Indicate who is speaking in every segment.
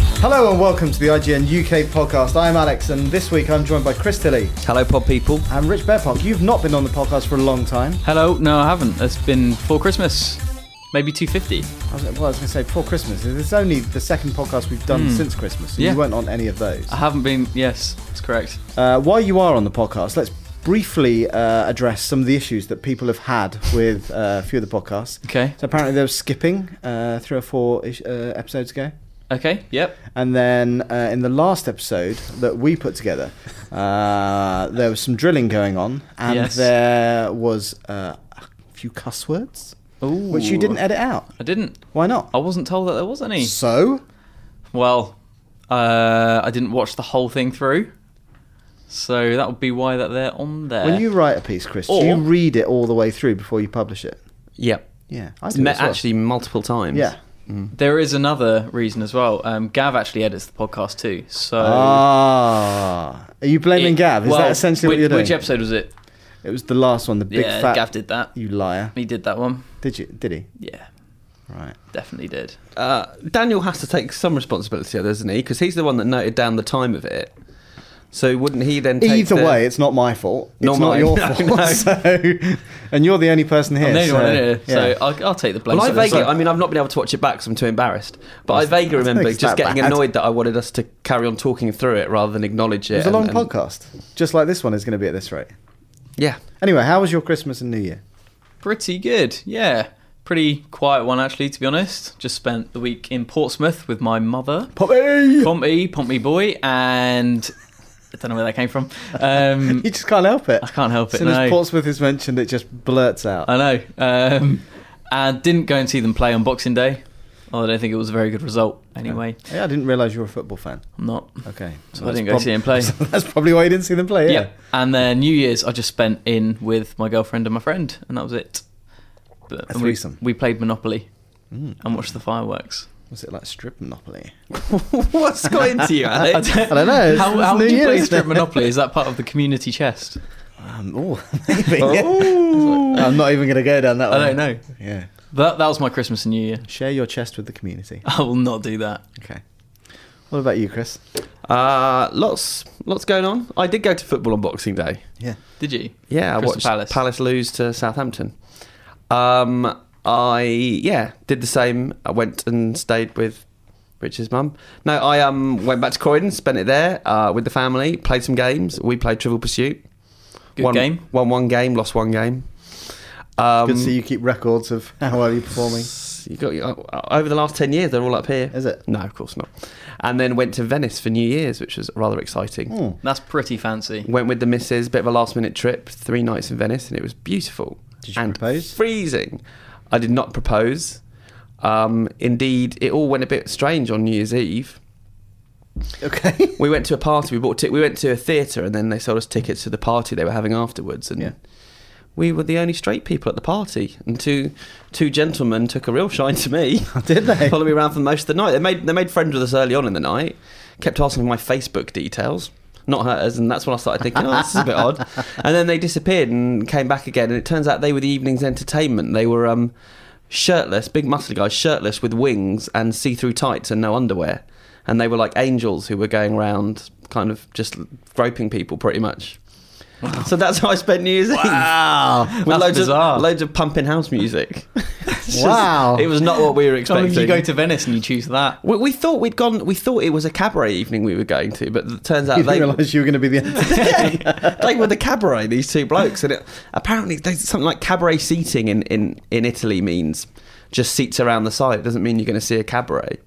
Speaker 1: Hello and welcome to the IGN UK podcast. I'm Alex, and this week I'm joined by Chris Tilly
Speaker 2: Hello, pod people.
Speaker 1: and Rich Bearpunk. You've not been on the podcast for a long time.
Speaker 3: Hello, no, I haven't. It's been before Christmas, maybe 250.
Speaker 1: I was, well, I was going to say before Christmas. It's only the second podcast we've done since Christmas. So
Speaker 3: Hmm. Yeah. Ah.
Speaker 1: You weren't on any of those.
Speaker 3: I haven't been, yes, that's correct.
Speaker 1: Uh, while you are on the podcast, let's briefly uh, address some of the issues that people have had with uh, a few of the podcasts.
Speaker 3: Okay,
Speaker 1: So apparently there was skipping uh, three or four ish, uh, episodes ago.
Speaker 3: okay, yep.
Speaker 1: And then uh, in the last episode that we put together, uh, there was some drilling going on, and
Speaker 3: Yes.
Speaker 1: there was uh, a few cuss words
Speaker 3: Ooh. Oh,
Speaker 1: which you didn't edit out.
Speaker 3: I didn't.
Speaker 1: Why not?
Speaker 3: I wasn't told that there was any.
Speaker 1: So
Speaker 3: Well, uh, I didn't watch the whole thing through, so that would be why that they're on there.
Speaker 1: when you write a piece, Chris, do
Speaker 3: Or-
Speaker 1: you read it all the way through before you publish it?
Speaker 2: Yep.
Speaker 1: Yeah, I
Speaker 2: It's
Speaker 1: do
Speaker 2: met
Speaker 1: as well.
Speaker 2: actually multiple times.
Speaker 1: Yeah.
Speaker 3: There is another reason as well. Um, Gav actually edits the podcast too, so.
Speaker 1: Ah, are you blaming
Speaker 3: It-
Speaker 1: Gav? Is
Speaker 3: well,
Speaker 1: that essentially
Speaker 3: which,
Speaker 1: what you're doing?
Speaker 3: Which episode was it?
Speaker 1: It was the last one, the big
Speaker 3: yeah,
Speaker 1: fat.
Speaker 3: Gav did that.
Speaker 1: You liar!
Speaker 3: He did that one.
Speaker 1: Did you? Did he?
Speaker 3: Yeah,
Speaker 1: Right.
Speaker 3: definitely did.
Speaker 2: Uh, Daniel has to take some responsibility, doesn't he? Because he's the one that noted down the time of it. So wouldn't he then take
Speaker 1: Either
Speaker 2: the-
Speaker 1: way, it's not my fault. It's
Speaker 2: Not
Speaker 1: not
Speaker 2: mine.
Speaker 1: your
Speaker 2: No,
Speaker 1: fault.
Speaker 2: no.
Speaker 1: So, and you're the only person here.
Speaker 3: I'm the only
Speaker 1: so,
Speaker 3: one here,
Speaker 1: yeah.
Speaker 3: so I'll, I'll take the blame.
Speaker 2: Well, I
Speaker 3: for this.
Speaker 2: vaguely, I mean, I've not been able to watch it back because I'm too embarrassed. But I vaguely
Speaker 1: don't
Speaker 2: remember
Speaker 1: think it's
Speaker 2: just
Speaker 1: that
Speaker 2: getting
Speaker 1: bad.
Speaker 2: annoyed that I wanted us to carry on talking through it rather than acknowledge it.
Speaker 1: it was a
Speaker 2: and-
Speaker 1: long
Speaker 2: and-
Speaker 1: podcast, just like this one is going to be at this rate.
Speaker 2: Yeah.
Speaker 1: Anyway, how was your Christmas and New Year?
Speaker 3: Pretty good, yeah. Pretty quiet one actually, to be honest. Just spent the week in Portsmouth with my mother,
Speaker 1: Poppy!
Speaker 3: Pompey, Pompey boy, and I don't know where that came from. Um,
Speaker 1: You just can't help it.
Speaker 3: I can't help
Speaker 1: As
Speaker 3: it.
Speaker 1: soon as
Speaker 3: No,
Speaker 1: Portsmouth is mentioned, it just blurts out.
Speaker 3: I know. Um, and didn't go and see them play on Boxing Day. Although I don't think it was a very good result. Anyway,
Speaker 1: yeah, I didn't realise you were a football fan.
Speaker 3: I'm not.
Speaker 1: Okay.
Speaker 3: So I
Speaker 1: that's
Speaker 3: didn't go
Speaker 1: prob-
Speaker 3: see them play.
Speaker 1: so that's probably why you didn't see them play.
Speaker 3: Yeah.
Speaker 1: Yeah.
Speaker 3: And then New Year's, I just spent in with my girlfriend and my friend, and that was it. But and we-
Speaker 1: threesome.
Speaker 3: We, played Monopoly
Speaker 1: Mm.
Speaker 3: and watched the fireworks.
Speaker 1: Was it like strip monopoly?
Speaker 2: What's got into you, Alex?
Speaker 1: I don't know. It's-
Speaker 3: How,
Speaker 1: it's
Speaker 3: how
Speaker 1: New
Speaker 3: would you play
Speaker 1: Year's
Speaker 3: strip
Speaker 1: Day.
Speaker 3: Monopoly? Is that part of the community chest?
Speaker 1: Um, oh, maybe.
Speaker 2: Oh.
Speaker 1: I'm not even going to go down that
Speaker 3: I
Speaker 1: one.
Speaker 3: don't know.
Speaker 1: Yeah.
Speaker 3: That, that was my Christmas and New Year.
Speaker 1: Share your chest with the community.
Speaker 3: I will not do that.
Speaker 1: Okay. What about you, Chris?
Speaker 2: Uh, lots, lots going on. I did go to football on Boxing Day.
Speaker 1: Yeah.
Speaker 3: Did you?
Speaker 2: Yeah,
Speaker 3: Crystal
Speaker 2: I watched
Speaker 3: Palace.
Speaker 2: Palace. lose to Southampton. Um, I yeah did the same. I went and stayed with Rich's mum. No, I um went back to Croydon, spent it there uh, with the family, played some games. We played Trivial Pursuit.
Speaker 3: Good
Speaker 2: won,
Speaker 3: game.
Speaker 2: Won one game, lost one game. Um,
Speaker 1: Good to see you keep records of how well you're performing.
Speaker 2: you got uh, over the last ten years, they're all up here.
Speaker 1: Is it?
Speaker 2: No, of course not. And then went to Venice for New Year's, which was rather exciting.
Speaker 1: Hmm.
Speaker 3: That's pretty fancy.
Speaker 2: Went with the missus, bit of a last minute trip, three nights in Venice, and it was beautiful.
Speaker 1: Did you
Speaker 2: and
Speaker 1: propose?
Speaker 2: Freezing. I did not propose. Um, indeed, it all went a bit strange on New Year's Eve.
Speaker 1: Okay.
Speaker 2: We went to a party. We bought. T- we went to a theatre, and then they sold us tickets to the party they were having afterwards. And
Speaker 1: Yeah.
Speaker 2: we were the only straight people at the party. And two two gentlemen took a real shine to me.
Speaker 1: Did they?
Speaker 2: Followed me around for most of the night. They made they made friends with us early on in the night. Kept asking for my Facebook details, not hers, and that's when I started thinking, oh, this is a bit odd. And then they disappeared and came back again. And it turns out they were the evening's entertainment. They were um, shirtless, big muscly guys, shirtless with wings and see through tights and no underwear. And they were like angels who were going around, kind of just groping people, pretty much. So that's how I spent New Year's Eve
Speaker 3: Wow.
Speaker 2: with
Speaker 3: That's
Speaker 2: loads
Speaker 3: bizarre.
Speaker 2: of loads of pumping house music. It's just-
Speaker 1: Wow.
Speaker 2: it was not what we were
Speaker 3: Can't
Speaker 2: expecting.
Speaker 3: believe you go to Venice and you choose that.
Speaker 2: we, we thought we'd gone. We thought it was a cabaret evening we were going to, but it turns out
Speaker 1: You
Speaker 2: they
Speaker 1: didn't realise you were going to be the end.
Speaker 2: they were the cabaret. These two blokes, and it, apparently there's something like cabaret seating in in in Italy means just seats around the side. It doesn't mean you're going to see a cabaret.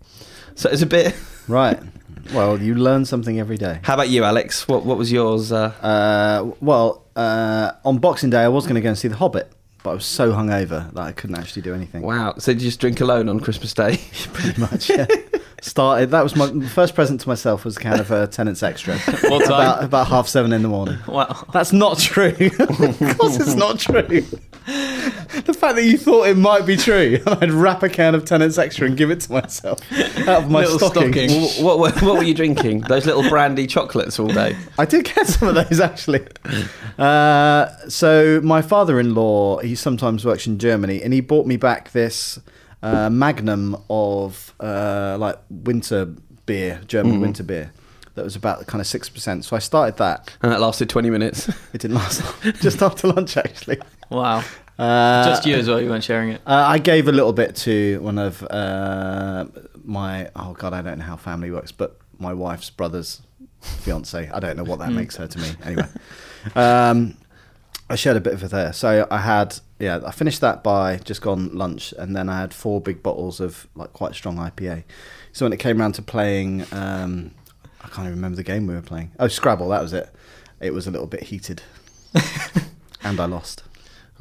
Speaker 2: So it's a bit.
Speaker 1: right. Well, you learn something every day.
Speaker 2: How about you, Alex? What what was yours? Uh,
Speaker 1: Uh, well, uh, on Boxing Day, I was going to go and see The Hobbit, but I was so hungover that I couldn't actually do anything.
Speaker 2: wow. So did you just drink alone on Christmas Day?
Speaker 1: Pretty much. Yeah. Started. That was my my first present to myself was kind of a tenant's extra.
Speaker 3: What time?
Speaker 1: About, about half seven in the morning.
Speaker 3: Wow.
Speaker 1: That's not true. of course, it's not true. The fact that you thought it might be true, and I'd wrap a can of Tennant's Extra and give it to myself out of my
Speaker 3: Little
Speaker 1: stocking.
Speaker 3: stocking.
Speaker 2: Wh- what, were- what were you drinking? Those little brandy chocolates all day.
Speaker 1: I did get some of those actually. Uh, so my father-in-law, he sometimes works in Germany, and he bought me back this uh, magnum of uh, like winter beer, German
Speaker 3: Mm-hmm.
Speaker 1: winter beer, that was about kind of 6%. So I started that.
Speaker 2: and that lasted 20 minutes.
Speaker 1: It didn't last long. just after lunch, actually.
Speaker 3: Wow.
Speaker 1: Uh,
Speaker 3: Just you as well. You weren't sharing it.
Speaker 1: Uh, I gave a little bit to one of uh, my oh god, I don't know how family works, but my wife's brother's fiance. I don't know what that makes her to me. Anyway, um, I shared a bit of it there. So I had yeah, I finished that by just gone lunch, and then I had four big bottles of like quite strong IPA. So when it came round to playing, um, I can't even remember the game we were playing. Oh, Scrabble, that was it. It was a little bit heated, and I lost.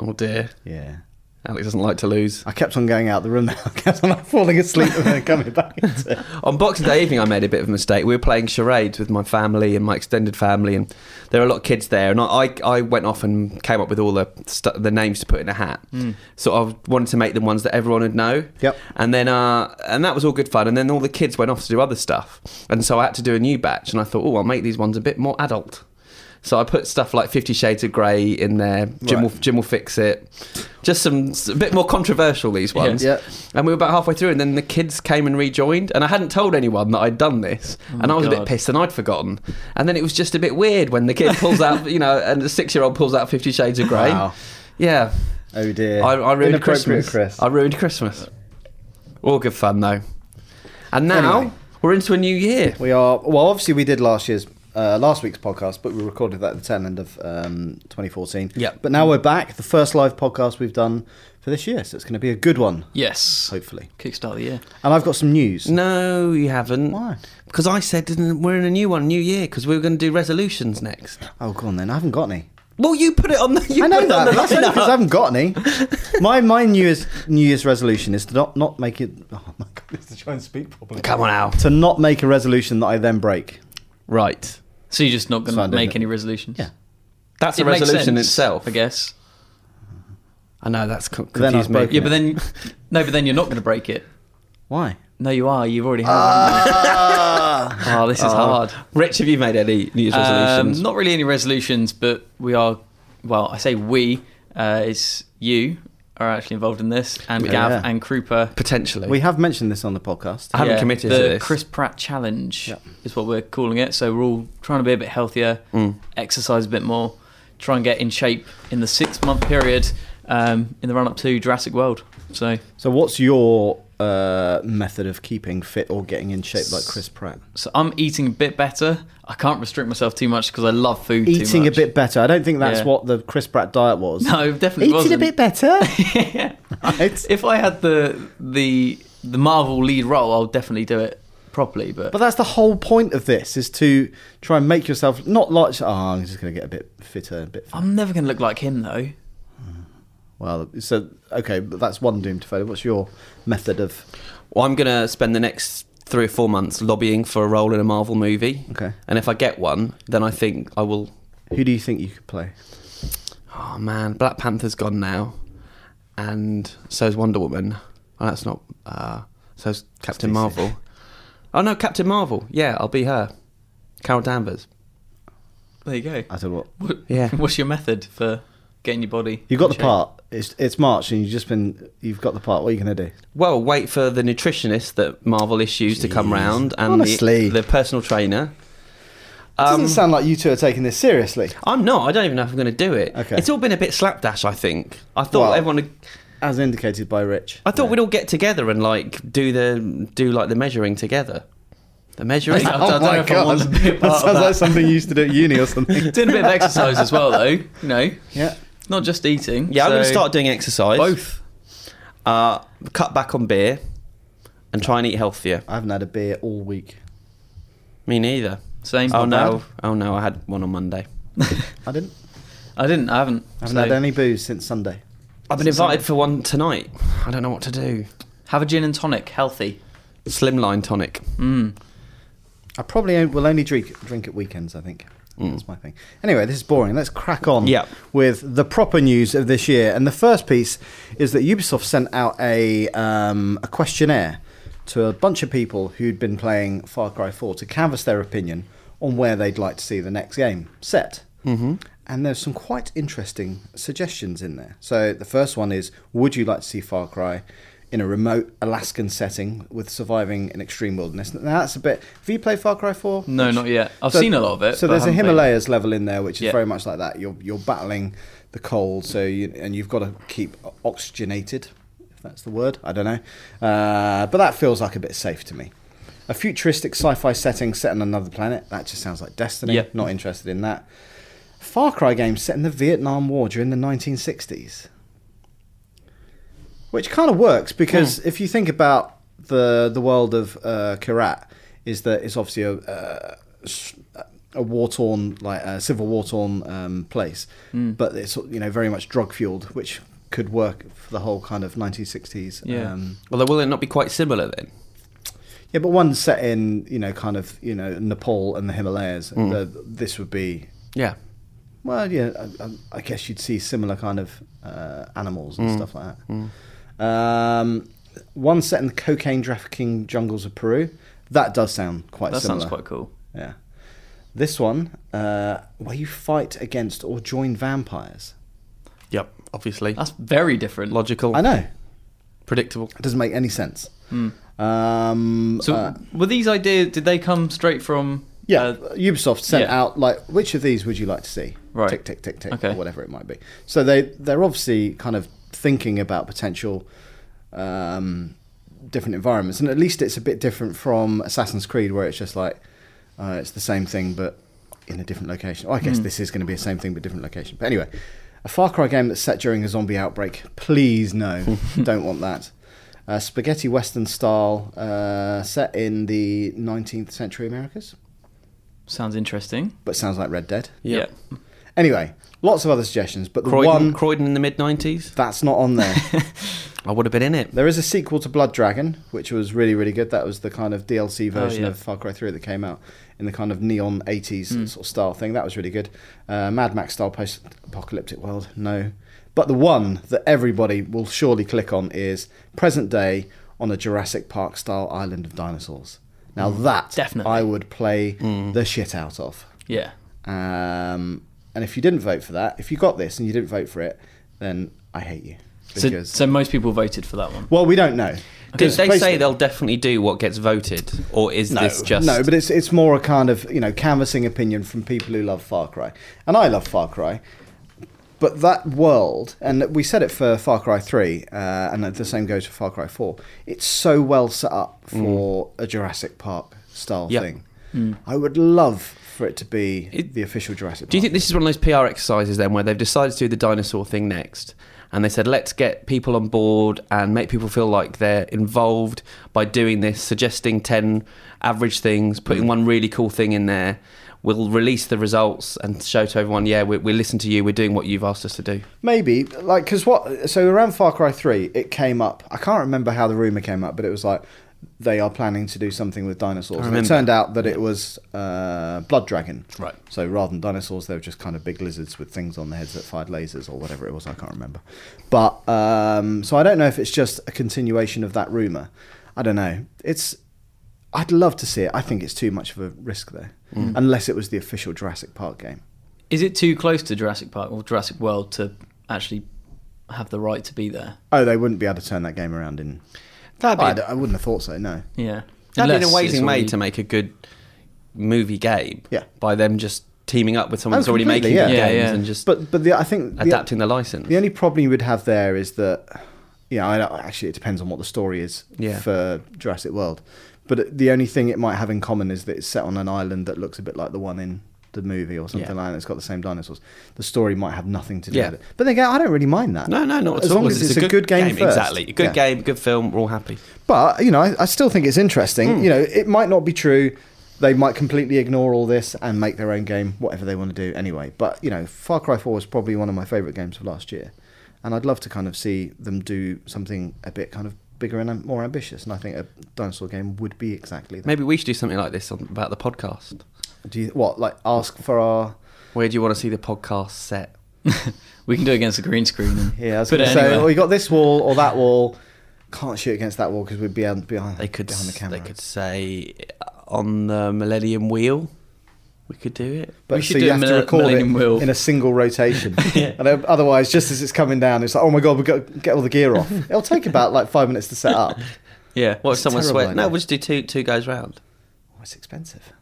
Speaker 2: Oh dear.
Speaker 1: Yeah.
Speaker 2: Alex doesn't like to lose.
Speaker 1: I kept on going out the room. I kept on falling asleep and then coming back. Into it.
Speaker 2: On Boxing Day evening, I made a bit of a mistake. We were playing charades with my family and my extended family, and there were a lot of kids there. And I, I, I went off and came up with all the stu- the names to put in a hat.
Speaker 3: Hmm.
Speaker 2: So I wanted to make them ones that everyone would know.
Speaker 1: Yep.
Speaker 2: And then, uh, and that was all good fun. And then all the kids went off to do other stuff, and so I had to do a new batch. And I thought, oh, I'll make these ones a bit more adult. So I put stuff like Fifty Shades of Grey in there. Jim, will, Jim will fix it. Just some a bit more controversial these ones.
Speaker 1: Yeah.
Speaker 2: And we were about halfway through, and then the kids came and rejoined. And I hadn't told anyone that I'd done this,
Speaker 1: Oh
Speaker 2: and I was a bit
Speaker 3: God.
Speaker 2: pissed, and I'd forgotten. And then it was just a bit weird when the kid pulls out, you know, and the six-year-old pulls out Fifty Shades of Grey.
Speaker 1: Wow.
Speaker 2: Yeah,
Speaker 1: Oh dear.
Speaker 2: I, I ruined
Speaker 1: Inappropriate,
Speaker 2: Christmas.
Speaker 1: Chris.
Speaker 2: I ruined Christmas. All good fun though. And now
Speaker 1: Anyway.
Speaker 2: we're into a new year.
Speaker 1: We are well. Obviously, we did last year's uh, last week's podcast, but we recorded that at the tail end of um, 2014.
Speaker 2: Yep.
Speaker 1: But now we're back. The first live podcast we've done for this year, so it's going to be a good one,
Speaker 3: Yes.
Speaker 1: hopefully.
Speaker 3: Kickstart the year.
Speaker 1: And I've got some news.
Speaker 2: No, you haven't.
Speaker 1: Why?
Speaker 2: Because I said didn't- we're in a new one, new year, because we were going to do resolutions next.
Speaker 1: Oh, go on then. I haven't got any.
Speaker 2: Well, you put it on the. You
Speaker 1: I know
Speaker 2: put it on
Speaker 1: that.
Speaker 2: the
Speaker 1: but That's only
Speaker 2: lineup.
Speaker 1: because I haven't got any. My my New Year's New Year's resolution is to not not make it. Oh my goodness, to try and speak properly.
Speaker 2: Come on, Al.
Speaker 1: To not make a resolution that I then break.
Speaker 2: Right.
Speaker 3: So you're just not going
Speaker 1: So I
Speaker 3: to
Speaker 1: didn't-
Speaker 3: make any resolutions.
Speaker 1: Yeah.
Speaker 2: That's
Speaker 3: It
Speaker 2: a
Speaker 3: makes
Speaker 2: resolution
Speaker 3: sense,
Speaker 2: itself.
Speaker 3: I guess.
Speaker 2: I know that's co-
Speaker 1: Then I
Speaker 2: confused me.
Speaker 1: broke
Speaker 3: Yeah,
Speaker 1: it.
Speaker 2: Yeah,
Speaker 3: but then no, but then you're not going to break it.
Speaker 1: Why?
Speaker 3: No, you are. You've already had. one. oh, this is
Speaker 1: Ah.
Speaker 3: hard.
Speaker 2: but- Rich, have you made any New Year's resolutions?
Speaker 3: Um, Uh, not really any resolutions, but we are. Well, I say we. Uh, it's you are actually involved in this, and
Speaker 1: Yeah.
Speaker 3: Gav
Speaker 1: Yeah.
Speaker 3: and Krupa.
Speaker 2: Potentially.
Speaker 1: We have mentioned this on the podcast.
Speaker 2: I haven't committed
Speaker 3: the
Speaker 2: to this.
Speaker 3: Chris Pratt challenge
Speaker 1: Yeah.
Speaker 3: is what we're calling it. So we're all trying to be a bit healthier,
Speaker 2: Mm.
Speaker 3: exercise a bit more, try and get in shape in the six month period um, in the run up to Jurassic World. So
Speaker 1: So, what's your uh, method of keeping fit or getting in shape like Chris Pratt?
Speaker 3: so I'm eating a bit better. I can't restrict myself too much because I love food. too
Speaker 1: Eating a
Speaker 3: much.
Speaker 1: bit better. I don't think that's
Speaker 3: Yeah.
Speaker 1: what the Chris Pratt diet was.
Speaker 3: No, it definitely
Speaker 1: Eating a
Speaker 3: wasn't.
Speaker 1: bit better. Right.
Speaker 3: If I had the the the Marvel lead role, I'll definitely do it properly. But,
Speaker 1: But that's the whole point of this is to try and make yourself not like, oh, I'm just going to get a bit fitter, a bit. Fat.
Speaker 3: I'm never going to look like him though.
Speaker 1: Well, so okay, but that's one doom to failure. What's your method of?
Speaker 2: Well, I'm going to spend the next three or four months lobbying for a role in a Marvel movie.
Speaker 1: Okay.
Speaker 2: And if I get one, then I think I will.
Speaker 1: Who do you think you could play?
Speaker 2: Oh man, Black Panther's gone now, and so's Wonder Woman. Oh, that's not. Uh, so's Captain
Speaker 1: DC.
Speaker 2: Marvel. Oh no, Captain Marvel. Yeah, I'll be her. Carol Danvers.
Speaker 3: There you go.
Speaker 1: I don't know what.
Speaker 3: What-
Speaker 2: Yeah.
Speaker 3: What's your method for getting your body?
Speaker 1: You got
Speaker 3: in
Speaker 1: the
Speaker 3: shape?
Speaker 1: part. It's it's March, and you've just been. You've got the part. What are you going to do?
Speaker 2: Well, wait for the nutritionist that Marvel issues to come round and
Speaker 1: Honestly.
Speaker 2: the, the personal trainer. Um,
Speaker 1: doesn't sound like you two are taking this seriously.
Speaker 2: I'm not. I don't even know if I'm going to do it.
Speaker 1: Okay.
Speaker 2: It's all been a bit slapdash. I think. I thought
Speaker 1: Well,
Speaker 2: everyone. Would,
Speaker 1: As indicated by Rich.
Speaker 2: I thought we'd all get together and like do the do like the measuring together. The measuring.
Speaker 3: I don't know if I want to be a
Speaker 1: Oh That
Speaker 3: part of
Speaker 1: sounds like
Speaker 3: that.
Speaker 1: something you used to do at uni or something.
Speaker 3: Doing a bit of exercise as well, though. You know,
Speaker 1: yeah.
Speaker 3: not just eating.
Speaker 2: yeah, I'm going to
Speaker 3: so
Speaker 2: start doing exercise.
Speaker 3: both.
Speaker 2: Uh, cut back on beer, and try and eat healthier.
Speaker 1: I haven't had a beer all week.
Speaker 2: Me neither.
Speaker 3: Same.
Speaker 2: oh
Speaker 3: Not
Speaker 2: no! Oh no! I had one on Monday.
Speaker 1: I didn't.
Speaker 3: bad. I didn't. I haven't.
Speaker 1: I haven't
Speaker 3: so
Speaker 1: had any booze since Sunday.
Speaker 2: I've been invited for one tonight. I don't know what to do.
Speaker 3: have a gin and tonic, healthy. Mm,
Speaker 2: Slimline tonic.
Speaker 1: I probably o- will only drink drink at weekends. I think
Speaker 3: Mm.
Speaker 1: that's my thing. Anyway, this is boring. Let's crack on
Speaker 2: Yeah.
Speaker 1: with the proper news of this year. And the first piece is that Ubisoft sent out a um, a questionnaire to a bunch of people who'd been playing Far Cry 4 to canvass their opinion on where they'd like to see the next game set. Mm-hmm. And there's some quite interesting suggestions in there. So the first one is: Would you like to see Far Cry in a remote Alaskan setting with surviving in extreme wilderness. Now that's a bit. Have you played Far Cry Four?
Speaker 3: No,
Speaker 1: Which-
Speaker 3: not yet. I've
Speaker 1: so-
Speaker 3: seen a lot of it.
Speaker 1: So
Speaker 3: but I
Speaker 1: there's a
Speaker 3: haven't played it.
Speaker 1: Himalayas level in there, which is
Speaker 3: Yeah.
Speaker 1: very much like that. You're you're battling the cold, so you, and you've got to keep o- oxygenated, if that's the word. I don't know, uh, but that feels like a bit safe to me. A futuristic sci-fi setting set on another planet. That just sounds like Destiny.
Speaker 3: Yeah.
Speaker 1: Not interested in that. Far Cry game set in the Vietnam War during the 1960s. Which kind of works because if you think about the the world of uh, Karat, is that it's obviously a uh, s- a war torn like a civil war torn um, place, but it's you know very much drug fueled, which could work for the whole kind of 1960s.
Speaker 3: Yeah.
Speaker 1: Um,
Speaker 2: Although, will it not be quite similar then?
Speaker 1: yeah, but one set in you know kind of you know Nepal and the Himalayas. The, this would be
Speaker 2: Yeah.
Speaker 1: Well, yeah, I, I- I guess you'd see similar kind of uh, animals
Speaker 3: Hmm.
Speaker 1: and stuff like that. Um, one set in the cocaine trafficking jungles of Peru. That does sound quite
Speaker 3: That
Speaker 1: similar.
Speaker 3: sounds quite cool.
Speaker 1: Yeah. This one, uh, where you fight against or join vampires.
Speaker 2: Yep. Obviously.
Speaker 3: That's very different.
Speaker 2: logical.
Speaker 1: I know.
Speaker 2: Predictable.
Speaker 1: It doesn't make any sense. Um,
Speaker 3: Hmm. So
Speaker 1: uh,
Speaker 3: were these ideas? Did they come straight from?
Speaker 1: Yeah,
Speaker 3: uh,
Speaker 1: Ubisoft sent
Speaker 3: yeah.
Speaker 1: out like which of these would you like to see?
Speaker 3: Right.
Speaker 1: Tick tick tick tick
Speaker 3: Okay.
Speaker 1: or whatever it might be. So they they're obviously kind of thinking about potential um, different environments, and at least it's a bit different from Assassin's Creed, where it's just like uh, it's the same thing but in a different location. Well, I
Speaker 3: Hmm.
Speaker 1: guess this is going to be the same thing but different location. But anyway, a Far Cry game that's set during a zombie outbreak. Please no, don't want that. Uh, spaghetti western style, uh, set in the 19th century Americas
Speaker 3: sounds interesting.
Speaker 1: but sounds like Red Dead.
Speaker 2: Yeah.
Speaker 1: Anyway, lots of other suggestions, but the
Speaker 2: Croydon,
Speaker 1: one
Speaker 2: Croydon in the mid 90s?
Speaker 1: that's not on there.
Speaker 2: I would have been in it.
Speaker 1: there is a sequel to Blood Dragon, which was really, really good. That was the kind of DLC version
Speaker 3: Oh, yeah. Hmm.
Speaker 1: of Far Cry 3 that came out in the kind of neon 80s sort of style thing. That was really good. Uh, Mad Max style post apocalyptic world, no. But the one that everybody will surely click on is present day on a Jurassic Park style island of dinosaurs. Now, that
Speaker 3: Hmm. Definitely. Hmm.
Speaker 1: I would play the shit out of.
Speaker 3: Yeah.
Speaker 1: Um, and if you didn't vote for that, if you got this and you didn't vote for it, then I hate you.
Speaker 3: So,
Speaker 1: Because
Speaker 3: so most people voted for that one.
Speaker 1: well, we don't know.
Speaker 2: Did
Speaker 1: Because
Speaker 2: they say
Speaker 1: basically-
Speaker 2: they'll definitely do what gets voted, or is
Speaker 1: No,
Speaker 2: this just
Speaker 1: no, but it's it's more a kind of you know canvassing opinion from people who love Far Cry, and I love Far Cry. But that world, and we said it for Far Cry Three, uh, and the same goes for Far Cry Four. It's so well set up for a Jurassic Park style
Speaker 2: Mm. Yep. Mm.
Speaker 1: thing. I would love for it to be
Speaker 2: It-
Speaker 1: the official Jurassic.
Speaker 2: Do you
Speaker 1: Park.
Speaker 2: think this is one of those PR exercises then, where they've decided to do the dinosaur thing next, and they said let's get people on board and make people feel like they're involved by doing this, suggesting ten average things, putting one really cool thing in there. We'll release the results and show to everyone. Yeah, we, we listen to you. We're doing what you've asked us to do.
Speaker 1: Maybe, like, because what? So around Far Cry Three, it came up. I can't remember how the rumor came up, but it was like they are planning to do something with dinosaurs. And it
Speaker 2: remember.
Speaker 1: turned out that it was uh, Blood Dragon.
Speaker 2: Right.
Speaker 1: So rather than dinosaurs, they were just kind of big lizards with things on their heads that fired lasers or whatever it was. I can't remember. But um, so I don't know if it's just a continuation of that rumor. I don't know. It's. I'd love to see it. I think it's too much of a risk though, unless it was the official Jurassic Park game.
Speaker 3: Is it too close to Jurassic Park or Jurassic World to actually have the right to be there?
Speaker 1: Oh, they wouldn't be able to turn that game around in
Speaker 2: That'd
Speaker 1: I, d- I wouldn't have thought so. No.
Speaker 3: Yeah.
Speaker 2: That'd be an
Speaker 3: Unless it's
Speaker 2: amazing way
Speaker 3: already-
Speaker 2: to make a good movie game.
Speaker 1: Yeah.
Speaker 2: By them just teaming up with someone
Speaker 1: Oh,
Speaker 2: that's already
Speaker 1: completely,
Speaker 2: making good
Speaker 3: yeah. Yeah,
Speaker 2: games
Speaker 3: yeah.
Speaker 2: and just
Speaker 1: But but the, I think the,
Speaker 2: adapting the license.
Speaker 1: The only problem you would have there is that, yeah, I don't- actually it depends on what the story is
Speaker 2: Yeah.
Speaker 1: for Jurassic World. But the only thing it might have in common is that it's set on an island that looks a bit like the one in the movie or something
Speaker 2: Yeah.
Speaker 1: like that. It's got the same dinosaurs. The story might have nothing to do
Speaker 2: Yeah.
Speaker 1: with it. But then again, I don't really mind that.
Speaker 2: No, no, not
Speaker 1: as
Speaker 2: at all.
Speaker 1: long as it's, a good, game, first.
Speaker 2: Exactly, a good
Speaker 1: Yeah.
Speaker 2: game, good film. We're all happy.
Speaker 1: But you know, I, I still think it's interesting. You know, it might not be true. They might completely ignore all this and make their own game, whatever they want to do anyway. But you know, Far Cry Four was probably one of my favourite games of last year, and I'd love to kind of see them do something a bit kind of bigger and um, more ambitious. And I think a dinosaur game would be exactly that.
Speaker 2: Maybe we should do something like this on, about the podcast.
Speaker 1: Do you what like ask for our?
Speaker 2: Where do you want to see the podcast set?
Speaker 3: We can do it against a green screen. And
Speaker 1: Yeah, I was
Speaker 3: put
Speaker 1: going
Speaker 3: it
Speaker 1: to say,
Speaker 3: anywhere.
Speaker 1: oh, you got this wall or that wall. Can't shoot against that wall because we'd be behind, behind
Speaker 2: They could.
Speaker 1: behind the camera.
Speaker 2: They could say uh, on the Millennium Wheel. We could do it.
Speaker 1: But
Speaker 3: We should
Speaker 1: so
Speaker 3: do
Speaker 1: you
Speaker 3: a
Speaker 1: have to
Speaker 3: mil-
Speaker 1: record it
Speaker 3: Millennium Wheel.
Speaker 1: in a single rotation. and then otherwise, just as it's coming down, it's like, oh my god, we've got to get all the gear off. It'll take about like five minutes to set up.
Speaker 3: Yeah.
Speaker 2: What if
Speaker 1: It's
Speaker 2: someone
Speaker 1: terrible,
Speaker 2: sweat?
Speaker 1: I
Speaker 2: No,
Speaker 1: know.
Speaker 2: we'll just do two two goes round.
Speaker 1: Oh, it's expensive.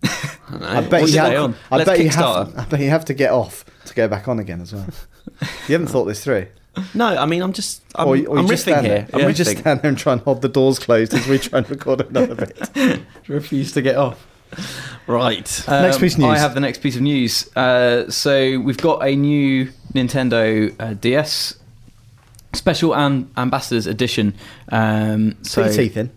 Speaker 2: I, don't know.
Speaker 1: I bet,
Speaker 2: What's
Speaker 1: you
Speaker 2: it
Speaker 1: have,
Speaker 2: on?
Speaker 1: I
Speaker 2: Let's
Speaker 1: bet you
Speaker 2: Kickstarter.
Speaker 1: have. I bet you have to get off to go back on again as well. You haven't thought this through,
Speaker 2: No, I mean I'm just I'm,
Speaker 1: or, or
Speaker 2: I'm
Speaker 1: you just
Speaker 2: riffing
Speaker 1: stand
Speaker 2: here.
Speaker 1: there.
Speaker 2: I'm
Speaker 1: you
Speaker 2: riffing.
Speaker 1: just stand there and try and hold the doors closed as we try and record another bit.
Speaker 3: Refuse to get off.
Speaker 2: right.
Speaker 1: Next piece of news.
Speaker 3: Um, I have the next piece of news. Uh, so we've got a new Nintendo uh, DS special and ambassadors edition. Um,
Speaker 1: Put
Speaker 3: so
Speaker 1: your teeth in.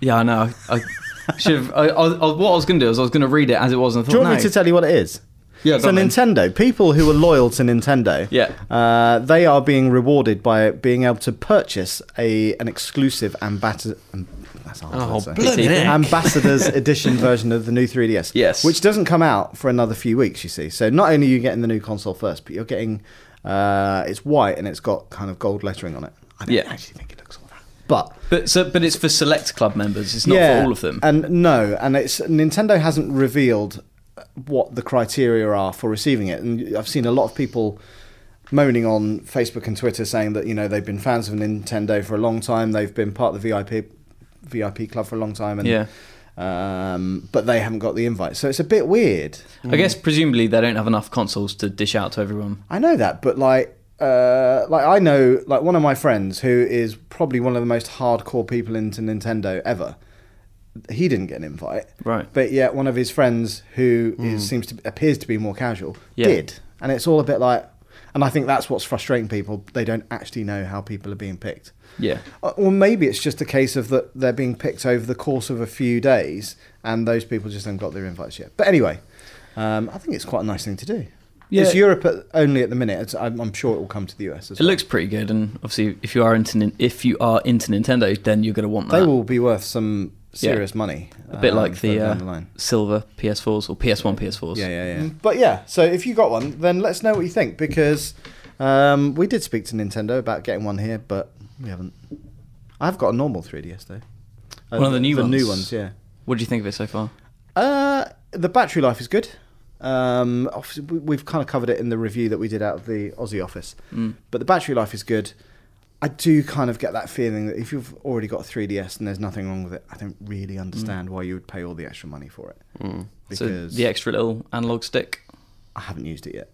Speaker 3: yeah, I know. I, should have. I, I, I, what I was going to do is I was going to read it as it was. And I thought,
Speaker 1: Do you want
Speaker 3: no.
Speaker 1: me to tell you what it is?
Speaker 3: Yeah,
Speaker 1: So
Speaker 3: go on then.
Speaker 1: Nintendo, people who are loyal to Nintendo,
Speaker 3: Yeah.
Speaker 1: uh, they are being rewarded by being able to purchase a an exclusive ambassador. That's hard
Speaker 2: Oh,
Speaker 1: to
Speaker 2: bloody
Speaker 1: say.
Speaker 2: heck.
Speaker 1: Ambassador's edition version of the new 3DS.
Speaker 2: Yes.
Speaker 1: Which doesn't come out for another few weeks, you see. So not only are you getting the new console first, but you're getting uh, it's white and it's got kind of gold lettering on it. I don't
Speaker 3: Yeah.
Speaker 1: actually think it looks all that. But
Speaker 3: But so, but it's for select club members. It's not for all of them.
Speaker 1: and no, and it's Nintendo hasn't revealed what the criteria are for receiving it. And I've seen a lot of people moaning on Facebook and Twitter saying that you know they've been fans of Nintendo for a long time. They've been part of the VIP VIP club for a long time, and
Speaker 3: Yeah.
Speaker 1: um, but they haven't got the invite. So it's a bit weird.
Speaker 3: I guess presumably they don't have enough consoles to dish out to everyone.
Speaker 1: I know that, but like, uh, like I know, like one of my friends who is probably one of the most hardcore people into Nintendo ever. He didn't get an invite,
Speaker 3: Right. Hmm.
Speaker 1: But yet, one of his friends who is, seems to appears to be more casual
Speaker 3: Yeah.
Speaker 1: did, and it's all a bit like. And I think that's what's frustrating people. They don't actually know how people are being picked.
Speaker 3: Yeah.
Speaker 1: Uh, Or maybe it's just a case of that they're being picked over the course of a few days, and those people just haven't got their invites yet. But anyway, um, I think it's quite a nice thing to do.
Speaker 3: Yeah.
Speaker 1: It's Europe at, only at the minute. It's, I'm, I'm sure it will come to the US as
Speaker 3: It
Speaker 1: well.
Speaker 3: looks pretty good, and obviously, if you are into Nin- if you are into Nintendo, then you're going to want that.
Speaker 1: they will be worth some
Speaker 3: Yeah.
Speaker 1: serious money.
Speaker 3: a bit
Speaker 1: um,
Speaker 3: like the,
Speaker 1: further
Speaker 3: uh,
Speaker 1: down line.
Speaker 3: silver PS4s or PS1 PS4s.
Speaker 1: Yeah, yeah, yeah. But yeah, so if you got one, then let us know what you think because um, we did speak to Nintendo about getting one here, but we haven't. I've got a normal 3DS though. Uh,
Speaker 3: One of the new ones?
Speaker 1: The new ones, yeah.
Speaker 3: What do you think of it so far?
Speaker 1: Uh, the battery life is good. Um, obviously, we- we've kind of covered it in the review that we did out of the Aussie office,
Speaker 3: Mm.
Speaker 1: but the battery life is good. I do kind of get that feeling that if you've already got a 3DS and there's nothing wrong with it, I don't really understand why you would pay all the extra money for it.
Speaker 3: Mm.
Speaker 2: Hmm.
Speaker 3: so the extra little analog stick.
Speaker 1: I haven't used it yet.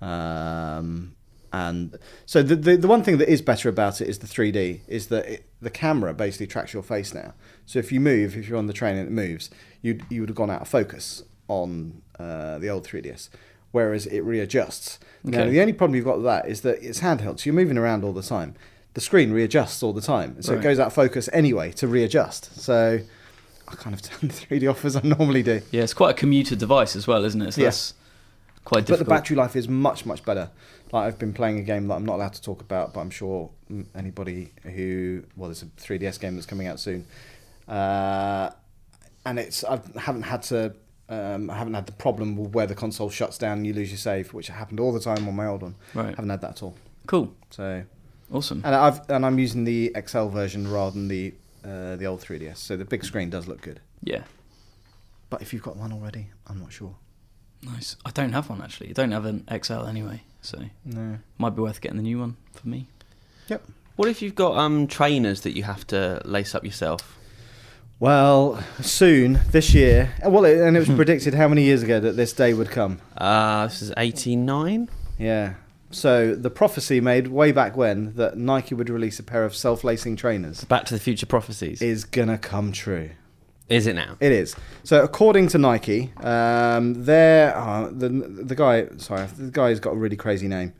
Speaker 1: Um, and so the, the the one thing that is better about it is the 3D is that it, the camera basically tracks your face now. So if you move, if you're on the train and it moves, you you would have gone out of focus on uh, the old 3DS. Whereas it readjusts. Now
Speaker 3: Okay.
Speaker 1: the only problem you've got with that is that it's handheld, so you're moving around all the time. The screen readjusts all the time, so it
Speaker 3: Right.
Speaker 1: goes out of focus anyway to readjust. So I kind of turn the 3D off as I normally do.
Speaker 3: Yeah, it's quite a commuter device as well, isn't it? So
Speaker 1: Yeah.
Speaker 3: that's quite
Speaker 1: But the
Speaker 3: difficult.
Speaker 1: battery life is much, much better. Like I've been playing a game that I'm not allowed to talk about, but I'm sure mm, anybody who well, there's a 3DS game that's coming out soon, uh, and it's I haven't had to um, I haven't had the problem where the console shuts down and you lose your save, which happened all the time on my old one.
Speaker 3: Right.
Speaker 1: haven't had that at all.
Speaker 3: cool,
Speaker 1: So
Speaker 3: awesome.
Speaker 1: and I've and I'm using the XL version rather than the uh, the old 3DS. So the big screen does look good.
Speaker 3: Yeah,
Speaker 1: But if you've got one already, I'm not sure.
Speaker 3: nice. I don't have one actually. I don't have an XL anyway, so
Speaker 1: No.
Speaker 3: might be worth getting the new one for me.
Speaker 1: Yep.
Speaker 2: What if you've got um trainers that you have to lace up yourself?
Speaker 1: Well, soon this year. Uh, Well, it, and it was predicted how many years ago that this day would come.
Speaker 2: Uh, this is 89.
Speaker 1: Yeah. So the prophecy made way back when that Nike would release a pair of self-lacing trainers
Speaker 2: Back to the Future prophecies.
Speaker 1: is gonna come true.
Speaker 2: Is it now?
Speaker 1: It is. So according to Nike, um, their uh, the the guy sorry the guy's got a really crazy name.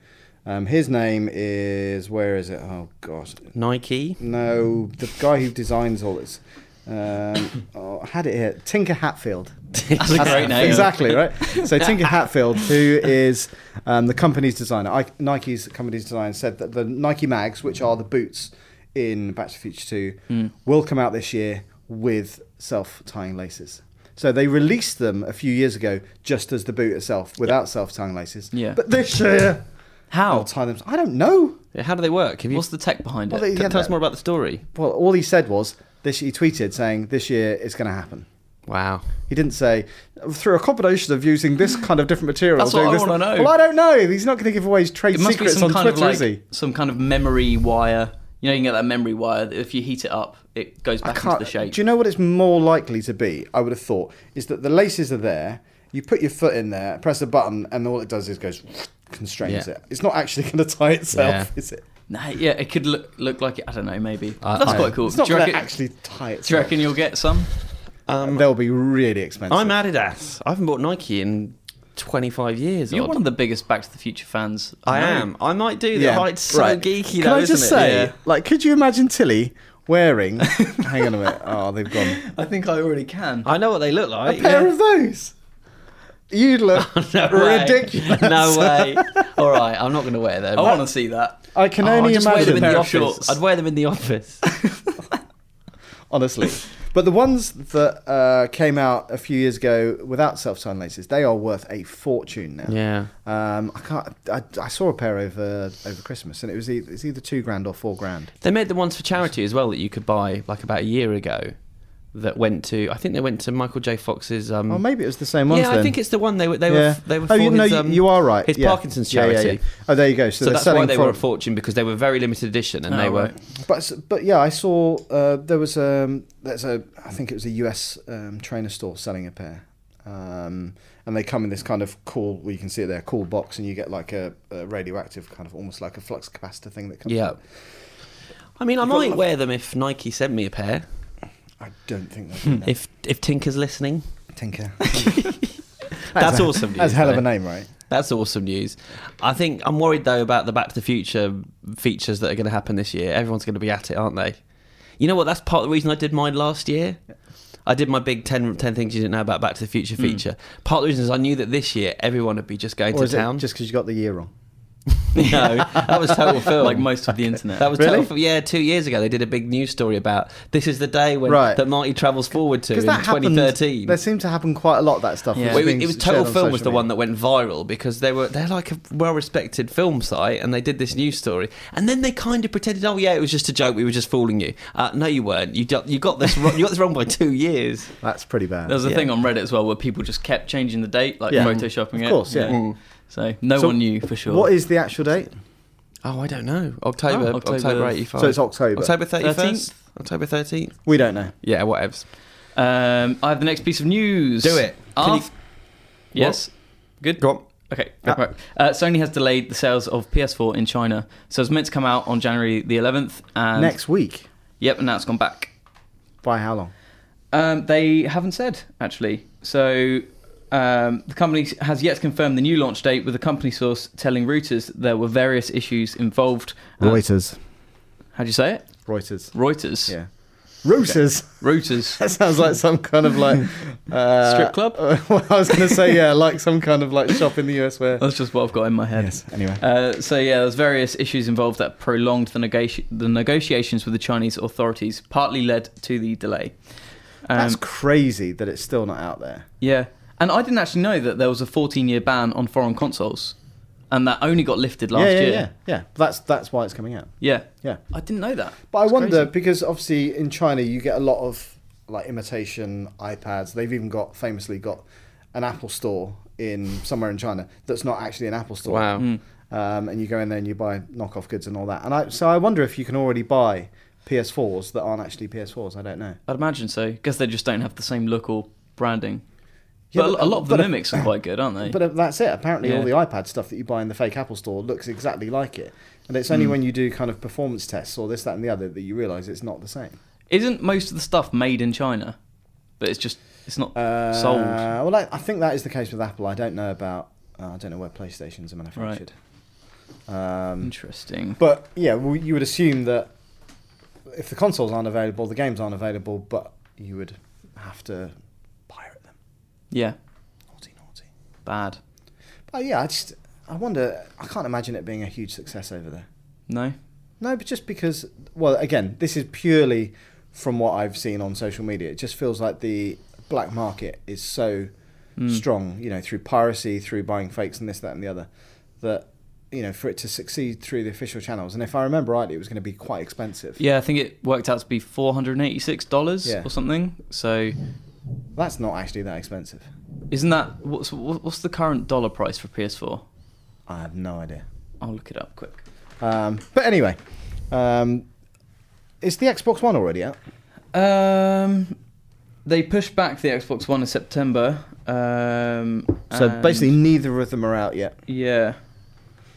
Speaker 1: Um, his name is where is it? Oh gosh,
Speaker 2: Nike.
Speaker 1: no, the guy who designs all this. Um, oh, I had it here. Tinker Hatfield.
Speaker 3: That's a great name.
Speaker 1: Exactly, right? So Tinker Hatfield, who is um, the company's designer, I, Nike's company's designer, said that the Nike mags, which are the boots in Back to the Future 2,
Speaker 3: Hmm.
Speaker 1: will come out this year with self-tying laces. So they released them a few years ago just as the boot itself, without self-tying laces.
Speaker 3: Yeah.
Speaker 1: But this year, they'll
Speaker 3: How?
Speaker 1: tie them. I don't know.
Speaker 2: Yeah, How do they work? Have you,
Speaker 3: What's the tech behind
Speaker 1: Well,
Speaker 3: it?
Speaker 1: they-
Speaker 2: t-
Speaker 1: yeah,
Speaker 2: tell us
Speaker 1: that-
Speaker 2: more about the story.
Speaker 1: Well, all he said was this. He tweeted saying, "This year it's going to happen."
Speaker 2: Wow.
Speaker 1: He didn't say through a combination of using this kind of different material.
Speaker 3: That's
Speaker 1: doing
Speaker 3: what I
Speaker 1: this-
Speaker 3: wanna know.
Speaker 1: Well, I don't know. He's not going to give away his trade
Speaker 3: It must be
Speaker 1: secrets
Speaker 3: some
Speaker 1: on
Speaker 3: kind
Speaker 1: Twitter,
Speaker 3: of like
Speaker 1: is he?
Speaker 3: some kind of memory wire. You know, you can get that memory wire that if you heat it up, it goes
Speaker 1: I
Speaker 3: back into
Speaker 1: can't-
Speaker 3: the shape.
Speaker 1: Do you know what it's more likely to be? I would have thought is that the laces are there. You put your foot in there, press a button, and all it does is goes constrains
Speaker 2: Yeah.
Speaker 1: it. It's not actually going to tie itself,
Speaker 2: Yeah.
Speaker 1: is it?
Speaker 3: Nah, yeah, it could look look like it. I don't know, maybe
Speaker 2: I-
Speaker 3: that's
Speaker 2: I-
Speaker 3: quite cool.
Speaker 1: It's not
Speaker 3: do, you
Speaker 1: going
Speaker 3: reckon,
Speaker 1: to actually tie itself. Um,
Speaker 3: do you reckon you'll get some?
Speaker 1: They'll be really expensive.
Speaker 2: I'm Adidas. I haven't bought Nike in 25 years.
Speaker 3: You're
Speaker 2: odd.
Speaker 3: one of the biggest Back to the Future fans.
Speaker 2: I
Speaker 3: know.
Speaker 2: am. I might do that. Oh, it's so
Speaker 1: right.
Speaker 2: geeky,
Speaker 1: Can
Speaker 2: though,
Speaker 1: I just
Speaker 2: isn't it?
Speaker 1: say,
Speaker 2: Yeah.
Speaker 1: like, could you imagine Tilly wearing? hang on a minute. Oh, they've gone.
Speaker 3: I think I already can.
Speaker 2: I know what they look
Speaker 1: A
Speaker 2: like.
Speaker 1: pair
Speaker 2: yeah. Oh,
Speaker 1: of those. You'd look
Speaker 2: No way.
Speaker 1: ridiculous.
Speaker 2: No way. All right, I'm not going to wear them.
Speaker 3: I want to see that.
Speaker 1: I can
Speaker 2: Oh,
Speaker 1: only
Speaker 2: I'd just wear
Speaker 1: imagine
Speaker 2: them in the
Speaker 1: pair of
Speaker 2: office.
Speaker 1: shorts.
Speaker 2: I'd wear them in the office.
Speaker 1: honestly. But the ones that uh, came out a few years ago without self-sewn laces, they are worth a fortune now.
Speaker 2: yeah.
Speaker 1: Um, I can't. I, I saw a pair over over Christmas, and it was either, it's either two grand or four grand.
Speaker 2: They made the ones for charity as well that you could buy like about a year ago that went to I think they went to Michael J Fox's um
Speaker 1: Or Oh, maybe it was the same ones.
Speaker 2: Yeah, I
Speaker 1: then.
Speaker 2: think it's the one they were they were they were for
Speaker 1: oh, you,
Speaker 2: his,
Speaker 1: no, you-
Speaker 2: um,
Speaker 1: you are right.
Speaker 2: his
Speaker 1: yeah.
Speaker 2: Parkinson's
Speaker 1: Yeah, yeah,
Speaker 2: charity.
Speaker 1: yeah. Oh, there you go. So,
Speaker 2: So,
Speaker 1: they're
Speaker 2: that's
Speaker 1: selling
Speaker 2: why they
Speaker 1: for,
Speaker 2: were a fortune because they were very limited edition and
Speaker 3: Oh,
Speaker 2: they were
Speaker 3: right.
Speaker 1: But but yeah, I saw uh, there was um there's a I think it was a US um, trainer store selling a pair, um, and they come in this kind of cool well you can see it there cool box and you get like a, a radioactive kind of almost like a flux capacitor thing that comes.
Speaker 2: yeah.
Speaker 1: out.
Speaker 2: I mean, I
Speaker 1: got
Speaker 2: might
Speaker 1: lo-
Speaker 2: wear them if Nike sent me a pair.
Speaker 1: I don't think they do that.
Speaker 2: If if Tinker's listening,
Speaker 1: Tinker.
Speaker 2: that's
Speaker 1: a-
Speaker 2: awesome. News,
Speaker 1: That's a hell of a
Speaker 2: though.
Speaker 1: name, right?
Speaker 2: That's awesome news. I think I'm worried though about the Back to the Future features that are going to happen this year. Everyone's going to be at it, aren't they? You know what? That's part of the reason I did mine last year. I did my big 10, 10 things you didn't know about Back to the Future feature. Part of the reason is I knew that this year everyone would be just going
Speaker 1: Mm. or
Speaker 2: to
Speaker 1: is
Speaker 2: town.
Speaker 1: it just because you got the year wrong?
Speaker 2: no, that was total film.
Speaker 3: Like most of the internet.
Speaker 2: That was
Speaker 1: Really?
Speaker 2: total film. Yeah, two years ago they did a big news story about this is the day when
Speaker 1: Right.
Speaker 2: that Marty travels forward to in
Speaker 1: Because that happened.
Speaker 2: 2013.
Speaker 1: There seemed to happen quite a lot of that stuff.
Speaker 3: Yeah.
Speaker 1: that's
Speaker 2: Well, it,
Speaker 1: being
Speaker 2: was
Speaker 1: shared
Speaker 2: Total
Speaker 1: on
Speaker 2: Film was
Speaker 1: social
Speaker 2: the
Speaker 1: media.
Speaker 2: one that went viral because they were they're like a well-respected film site, and they did this news story, and then they kind of pretended, oh yeah, it was just a joke, we were just fooling you. Uh, no, you weren't. You do, you got this wrong, you got this wrong by two years.
Speaker 1: That's pretty bad.
Speaker 3: There was a
Speaker 2: Yeah.
Speaker 3: thing on Reddit as well where people just kept changing the date, like
Speaker 1: Yeah.
Speaker 3: photoshopping it.
Speaker 1: Of course, yeah.
Speaker 3: So no
Speaker 1: So
Speaker 3: one knew for sure.
Speaker 1: What is the actual date?
Speaker 2: Oh, I don't know. October,
Speaker 3: Oh,
Speaker 2: October,
Speaker 3: October-
Speaker 2: eighty-five.
Speaker 1: So it's October.
Speaker 2: October thirty-first.
Speaker 3: 13th?
Speaker 2: October thirteenth.
Speaker 1: We don't know.
Speaker 2: Yeah, whatevs.
Speaker 3: Um, I have the next piece of news.
Speaker 2: Do it. Can
Speaker 3: Af- yes. Good.
Speaker 2: Go on.
Speaker 3: Okay.
Speaker 2: Yeah.
Speaker 3: Right. Uh, Sony has delayed the sales of PS4 in China, so it's meant to come out on January the 11th. And
Speaker 1: Next week.
Speaker 3: Yep, and now it's gone back.
Speaker 1: By how long?
Speaker 3: Um, they haven't said actually. So um, the company has yet to confirm the new launch date, with the company source telling Reuters there were various issues involved. Uh,
Speaker 1: Reuters.
Speaker 3: How'd you say it?
Speaker 1: Reuters.
Speaker 3: Reuters.
Speaker 1: Yeah. Reuters.
Speaker 3: Reuters.
Speaker 1: That sounds like some kind of like uh,
Speaker 3: Strip club?
Speaker 1: well, I was going to say yeah, like some kind of like shop in the US where.
Speaker 3: That's just what I've got in my head.
Speaker 1: Anyway.
Speaker 3: Uh, so yeah, there's various issues involved that prolonged the, negoti- the negotiations with the Chinese authorities, partly led to the delay. Um,
Speaker 1: That's crazy that it's still not out there.
Speaker 3: yeah, and I didn't actually know that there was a 14-year ban on foreign consoles, and that only got lifted last
Speaker 1: yeah, yeah,
Speaker 3: year.
Speaker 1: yeah, yeah. That's that's why it's coming out.
Speaker 3: Yeah.
Speaker 1: Yeah.
Speaker 3: I didn't know that.
Speaker 1: But I
Speaker 3: It's
Speaker 1: wonder
Speaker 3: crazy.
Speaker 1: because obviously in China you get a lot of like imitation iPads. They've even got famously got an Apple store in somewhere in China that's not actually an Apple store.
Speaker 2: Wow.
Speaker 3: Mm.
Speaker 1: Um, and you go in there and you buy knockoff goods and all that. And I, so I wonder if you can already buy PS4s that aren't actually PS4s. I don't know.
Speaker 3: I'd imagine so. Guess they just don't have the same look or branding.
Speaker 1: Yeah,
Speaker 3: but,
Speaker 1: but-
Speaker 3: a lot of the
Speaker 1: but- uh,
Speaker 3: mimics are quite good, aren't they?
Speaker 1: But uh, that's it. Apparently, all the
Speaker 3: Yeah.
Speaker 1: iPad stuff that you buy in the fake Apple store looks exactly like it. And it's only when you do kind of performance tests or this, that, and the other that you realise it's not the same.
Speaker 3: Isn't most of the stuff made in China? But it's just it's not
Speaker 1: Uh,
Speaker 3: sold.
Speaker 1: Well, I, I think that is the case with Apple. I don't know about. Uh, I don't know where PlayStations are manufactured. Um,
Speaker 3: Interesting.
Speaker 1: but yeah, well, you would assume that if the consoles aren't available, the games aren't available, but you would have to pirate them.
Speaker 3: Yeah,
Speaker 1: Naughty, naughty.
Speaker 3: bad.
Speaker 1: But yeah, I just I wonder. I can't imagine it being a huge success over there.
Speaker 3: No.
Speaker 1: No, but just because, well, again, this is purely from what I've seen on social media. It just feels like the black market is so strong, you know, through piracy, through buying fakes and this, that, and the other, that, you know, for it to succeed through the official channels. And if I remember rightly, it was going to be quite expensive.
Speaker 3: Yeah, I think it worked out to be four hundred and eighty-six dollars
Speaker 1: Yeah.
Speaker 3: or something. So
Speaker 1: That's not actually that expensive.
Speaker 3: Isn't that what's what's the current dollar price for PS4?
Speaker 1: I have no idea.
Speaker 3: I'll look it up quick.
Speaker 1: Um, but anyway, um, is the Xbox One already out?
Speaker 3: Um, they pushed back the Xbox One in September. Um,
Speaker 1: So
Speaker 3: and-
Speaker 1: basically, neither of them are out yet.
Speaker 3: yeah,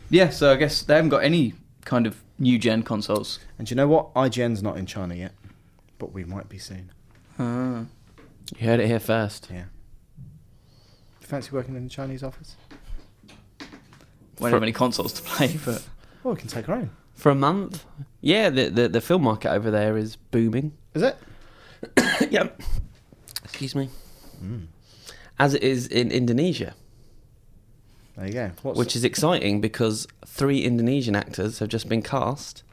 Speaker 3: yeah. So I guess they haven't got any kind of new gen consoles.
Speaker 1: And do you know what? IGN's not in China yet, but we might be soon.
Speaker 3: Ah.
Speaker 2: You heard it here first.
Speaker 1: Yeah. Fancy working in the Chinese office?
Speaker 3: We don't have any consoles to play, but
Speaker 1: Well, we can take our own.
Speaker 2: For a month? Yeah, the, the, the film market over there is booming.
Speaker 1: Is it?
Speaker 2: yeah. Excuse me.
Speaker 1: Mm.
Speaker 2: As it is in Indonesia,
Speaker 1: There you go. What's
Speaker 2: which is exciting because three Indonesian actors have just been cast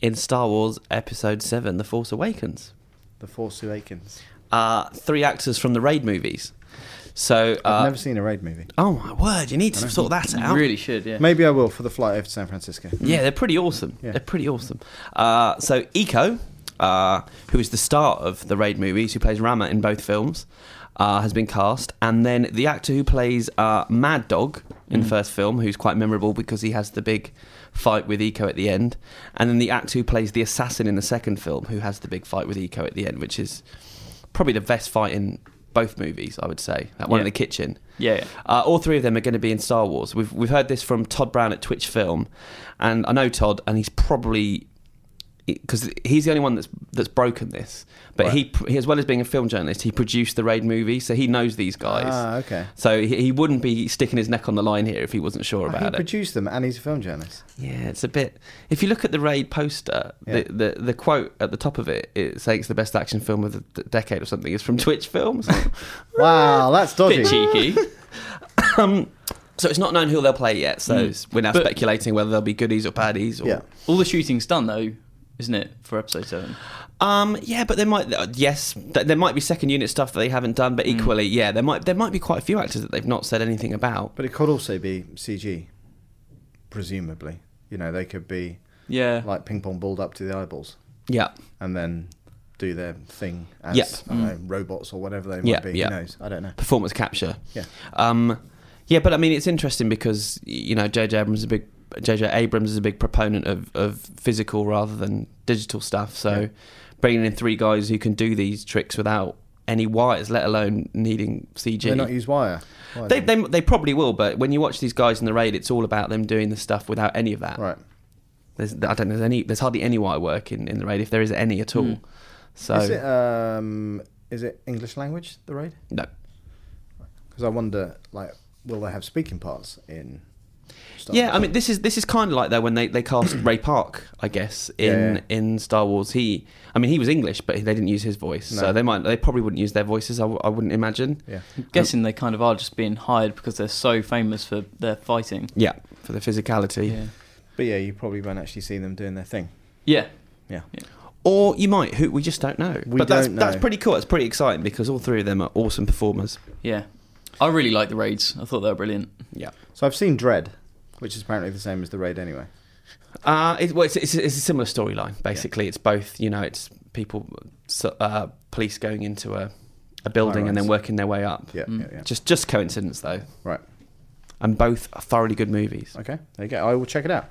Speaker 2: in Star Wars Episode 7 The Force Awakens.
Speaker 1: the Force Awakens?
Speaker 2: Uh, three actors from the Raid movies. So, uh,
Speaker 1: I've never seen a raid movie.
Speaker 2: oh my word, you need to sort that
Speaker 3: you
Speaker 2: out.
Speaker 3: really should. Yeah.
Speaker 1: Maybe I will for the flight over to San Francisco.
Speaker 2: Yeah, they're pretty awesome.
Speaker 1: Mm. Yeah.
Speaker 2: They're pretty awesome. Uh, so Eco, uh, who is the star of the Raid movies, who plays Rama in both films, uh, has been cast, and then the actor who plays uh, Mad Dog in the first film, who's quite memorable because he has the big fight with Eco at the end, and then the actor who plays the assassin in the second film, who has the big fight with Eco at the end, which is probably the best fight in both movies, I would say. That one in
Speaker 3: Yeah.
Speaker 2: the kitchen.
Speaker 3: Yeah, yeah.
Speaker 2: Uh, all three of them are going to be in Star Wars. We've we've heard this from Todd Brown at Twitch Film, and I know Todd, and he's probably because he's the only one that's that's broken this. But
Speaker 1: Right.
Speaker 2: he pr- he, as well as being a film journalist, he produced the Raid movie, so he knows these guys.
Speaker 1: Ah, okay.
Speaker 2: So he, he wouldn't be sticking his neck on the line here if he wasn't sure
Speaker 1: Oh,
Speaker 2: about
Speaker 1: he
Speaker 2: it.
Speaker 1: produced them, and he's a film journalist.
Speaker 2: yeah, it's a bit. If you look at the Raid poster,
Speaker 1: Yeah.
Speaker 2: the, the the quote at the top of it, it says it's the best action film of the d- decade or something. It's from Twitch Films.
Speaker 1: Wow, that's dodgy.
Speaker 3: Bit cheeky.
Speaker 2: Um, so it's not known who they'll play yet. So it's- we're now
Speaker 3: But-
Speaker 2: speculating whether they'll be goodies or baddies. Or,
Speaker 1: Hmm. Yeah.
Speaker 3: All the shooting's done though, isn't it, for episode seven?
Speaker 2: Um. Yeah, but there might. Uh, yes, th- there might be second unit stuff that they haven't done.
Speaker 1: Hmm.
Speaker 2: But equally, yeah, there might there might be quite a few actors that they've not said anything about.
Speaker 1: But it could also be CG, presumably. You know, they could be
Speaker 3: Yeah.
Speaker 1: like ping pong balled up to the eyeballs
Speaker 2: Yeah.
Speaker 1: and then do their thing as
Speaker 2: Yep.
Speaker 1: I don't know, robots or whatever they might
Speaker 2: Mm. Yeah,
Speaker 1: be.
Speaker 2: yeah.
Speaker 1: Who knows? I don't know.
Speaker 2: Performance capture.
Speaker 1: Yeah.
Speaker 2: Um. Yeah, but I mean, it's interesting because y- you know JJ Abrams is a big JJ Abrams is a big proponent of of physical rather than digital stuff. So
Speaker 1: Yeah.
Speaker 2: bringing in three guys who can do these tricks without any wires, let alone needing CG.
Speaker 1: They not use wire. Why
Speaker 2: They,
Speaker 1: then?
Speaker 2: they, they probably will, but when you watch these guys in the raid, it's all about them doing the stuff without any of that.
Speaker 1: right.
Speaker 2: There's, I don't know. There's any. There's hardly any wire work in, in the raid, if there is any at all. So
Speaker 1: Is it um, is it English language the raid?
Speaker 2: no.
Speaker 1: Because I wonder, like, will they have speaking parts in? Star
Speaker 2: Yeah,
Speaker 1: Wars?
Speaker 2: I mean, this is this is kind of like though when they, they cast Ray Park, I guess, in
Speaker 1: Yeah,
Speaker 2: in Star Wars. He, I mean, he was English, but they didn't use his voice, so
Speaker 1: No.
Speaker 2: they might they probably wouldn't use their voices. I, w- I wouldn't imagine.
Speaker 1: yeah.
Speaker 3: I'm guessing they kind of are just being hired because they're so famous for their fighting.
Speaker 2: Yeah, for the physicality.
Speaker 3: Yeah.
Speaker 1: But yeah, you probably won't actually see them doing their thing.
Speaker 3: Yeah.
Speaker 1: Yeah.
Speaker 2: Or you might. Who we just don't know.
Speaker 1: We
Speaker 2: but that's
Speaker 1: don't
Speaker 2: that's
Speaker 1: know.
Speaker 2: pretty cool. It's pretty exciting because all three of them are awesome performers.
Speaker 3: Yeah. I really like the raids. I thought they were brilliant.
Speaker 2: Yeah.
Speaker 1: So I've seen Dread, which is apparently the same as the raid anyway.
Speaker 2: Uh, it, well, it's, it's, it's a similar storyline. Basically, it's both. You know, it's people, so- uh, police going into a, a building and then
Speaker 1: High-rise.
Speaker 2: working their way up.
Speaker 1: Yeah, yeah, yeah.
Speaker 2: Just just coincidence though,
Speaker 1: Right.
Speaker 2: and both are thoroughly good movies.
Speaker 1: Okay, there you go. I will check it out.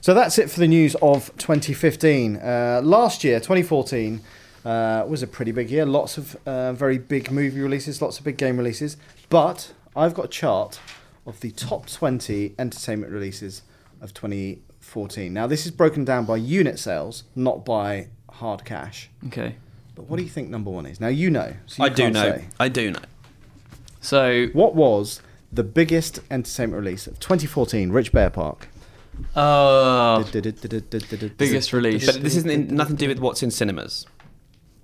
Speaker 1: So that's it for the news of 2015. Uh, last year, 2014, uh, was a pretty big year. Lots of uh, very big movie releases, lots of big game releases. But I've got a chart of the top 20 entertainment releases of 2014. Now, this is broken down by unit sales, not by hard cash.
Speaker 3: Okay.
Speaker 1: But what do you think number one is? Now, you know. So you
Speaker 2: I do
Speaker 1: can't
Speaker 2: know.
Speaker 1: say.
Speaker 2: I do know.
Speaker 3: So
Speaker 1: What was the biggest entertainment release of 2014, Rich Bear Park?
Speaker 3: uh
Speaker 1: Biggest
Speaker 3: biggest release.
Speaker 2: But this isn't in, nothing to do with what's in cinemas.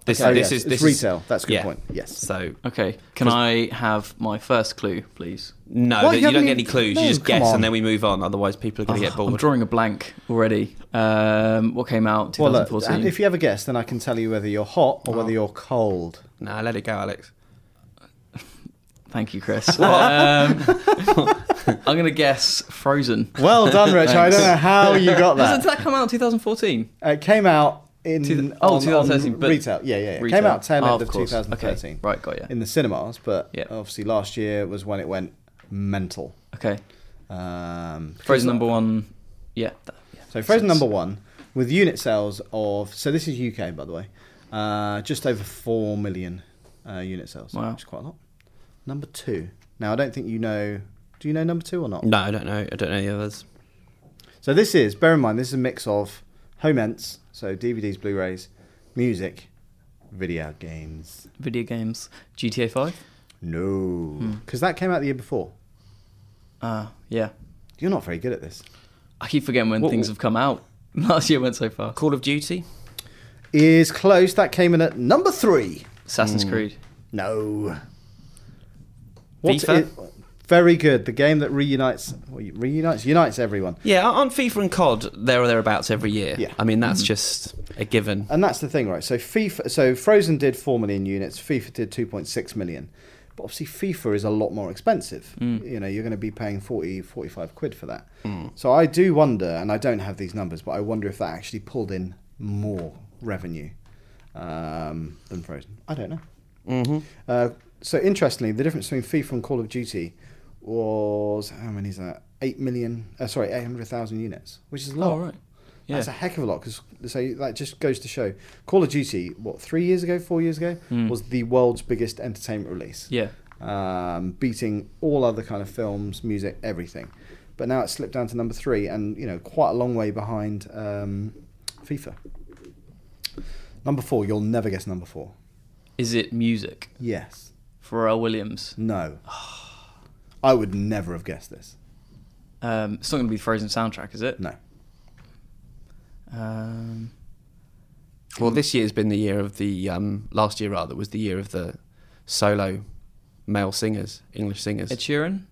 Speaker 2: This,
Speaker 1: Oh,
Speaker 2: this
Speaker 1: yes,
Speaker 2: is
Speaker 1: it's
Speaker 2: this is-
Speaker 1: retail. That's a good
Speaker 2: yeah.
Speaker 1: point. Yes.
Speaker 2: So
Speaker 3: Okay. Can I have my first clue, please?
Speaker 2: no,
Speaker 1: Well,
Speaker 2: that-
Speaker 1: you
Speaker 2: you,
Speaker 1: haven't
Speaker 2: don't get any
Speaker 1: even-
Speaker 2: clues.
Speaker 1: no,
Speaker 2: you just
Speaker 1: come
Speaker 2: guess,
Speaker 1: on.
Speaker 2: and then we move on. Otherwise, people are going to get
Speaker 3: I'm
Speaker 2: bored.
Speaker 3: drawing a blank already. Um, what came out
Speaker 1: Well, look,
Speaker 3: 2014?
Speaker 1: and if you have a guess, then I can tell you whether you're hot or whether you're cold.
Speaker 2: nah, let it go, Alex.
Speaker 3: Thank you, Chris. um, I'm gonna guess Frozen.
Speaker 1: Well done, Rich. I don't know how you got
Speaker 3: Doesn't
Speaker 1: that.
Speaker 3: that come out in 2014?
Speaker 1: It came out in
Speaker 3: Two- oh, 2013, but
Speaker 1: retail. Yeah, yeah, yeah. It
Speaker 3: retail.
Speaker 1: came out tail
Speaker 3: Oh,
Speaker 1: end of,
Speaker 3: course.
Speaker 1: 2013
Speaker 3: Okay. Right, got you.
Speaker 1: in the cinemas, but
Speaker 3: Yeah.
Speaker 1: obviously last year was when it went mental.
Speaker 3: okay.
Speaker 1: Um,
Speaker 3: Frozen number one. Yeah. that- yeah.
Speaker 1: So Frozen number one with unit sales of so this is UK by the way, uh, just over four million uh, unit sales,
Speaker 3: Wow.
Speaker 1: which is quite a lot. Number two. Now I don't think you know. Do you know number two or not?
Speaker 2: No, I don't know. I don't know the others.
Speaker 1: So this is bear in mind this is a mix of home ents, so DVDs, Blu-rays, music, video games.
Speaker 3: Video games. GTA 5.
Speaker 1: No, because that came out the year before.
Speaker 3: Uh, yeah.
Speaker 1: You're not very good at this.
Speaker 3: I keep forgetting when
Speaker 2: What-
Speaker 3: things have come out. Last year went so fast.
Speaker 2: Call of Duty.
Speaker 1: Is close. That came in at number three.
Speaker 3: Assassin's
Speaker 1: Hmm.
Speaker 3: Creed.
Speaker 1: No. What
Speaker 2: FIFA?
Speaker 1: i- very good. The game that reunites well, reunites unites everyone.
Speaker 2: Yeah, on FIFA and COD, there or thereabouts every year.
Speaker 1: Yeah. Mm-hmm.
Speaker 2: I mean, that's just a given.
Speaker 1: And that's the thing, right? So FIFA so Frozen did 4 million units, FIFA did 2.6 million. But obviously FIFA is a lot more expensive.
Speaker 3: Mm.
Speaker 1: You know, you're going to be paying 40 45 quid for that. So I do wonder and I don't have these numbers, but I wonder if that actually pulled in more revenue um, than Frozen. I don't know.
Speaker 2: Mm-hmm.
Speaker 1: Uh, so interestingly, the difference between FIFA and Call of Duty was how many is that? Eight million. Uh, sorry, eight hundred thousand units, which is a lot.
Speaker 3: Oh, right. Yeah.
Speaker 1: That's a heck of a lot because so that just goes to show Call of Duty. What three years ago, four years ago,
Speaker 2: Hmm.
Speaker 3: Mm.
Speaker 1: was the world's biggest entertainment release,
Speaker 3: yeah.
Speaker 1: um, beating all other kind of films, music, everything. But now it's slipped down to number three, and you know quite a long way behind um, FIFA. Number four, you'll never guess number four.
Speaker 3: Is it music?
Speaker 1: Yes.
Speaker 3: Pharrell Williams.
Speaker 1: No. I would never have guessed this.
Speaker 3: Um, it's not going to be the Frozen soundtrack, is it?
Speaker 1: No.
Speaker 3: Um,
Speaker 2: Well, this year's been the year of the um, last year rather was the year of the solo male singers, English singers.
Speaker 3: Ed Sheeran.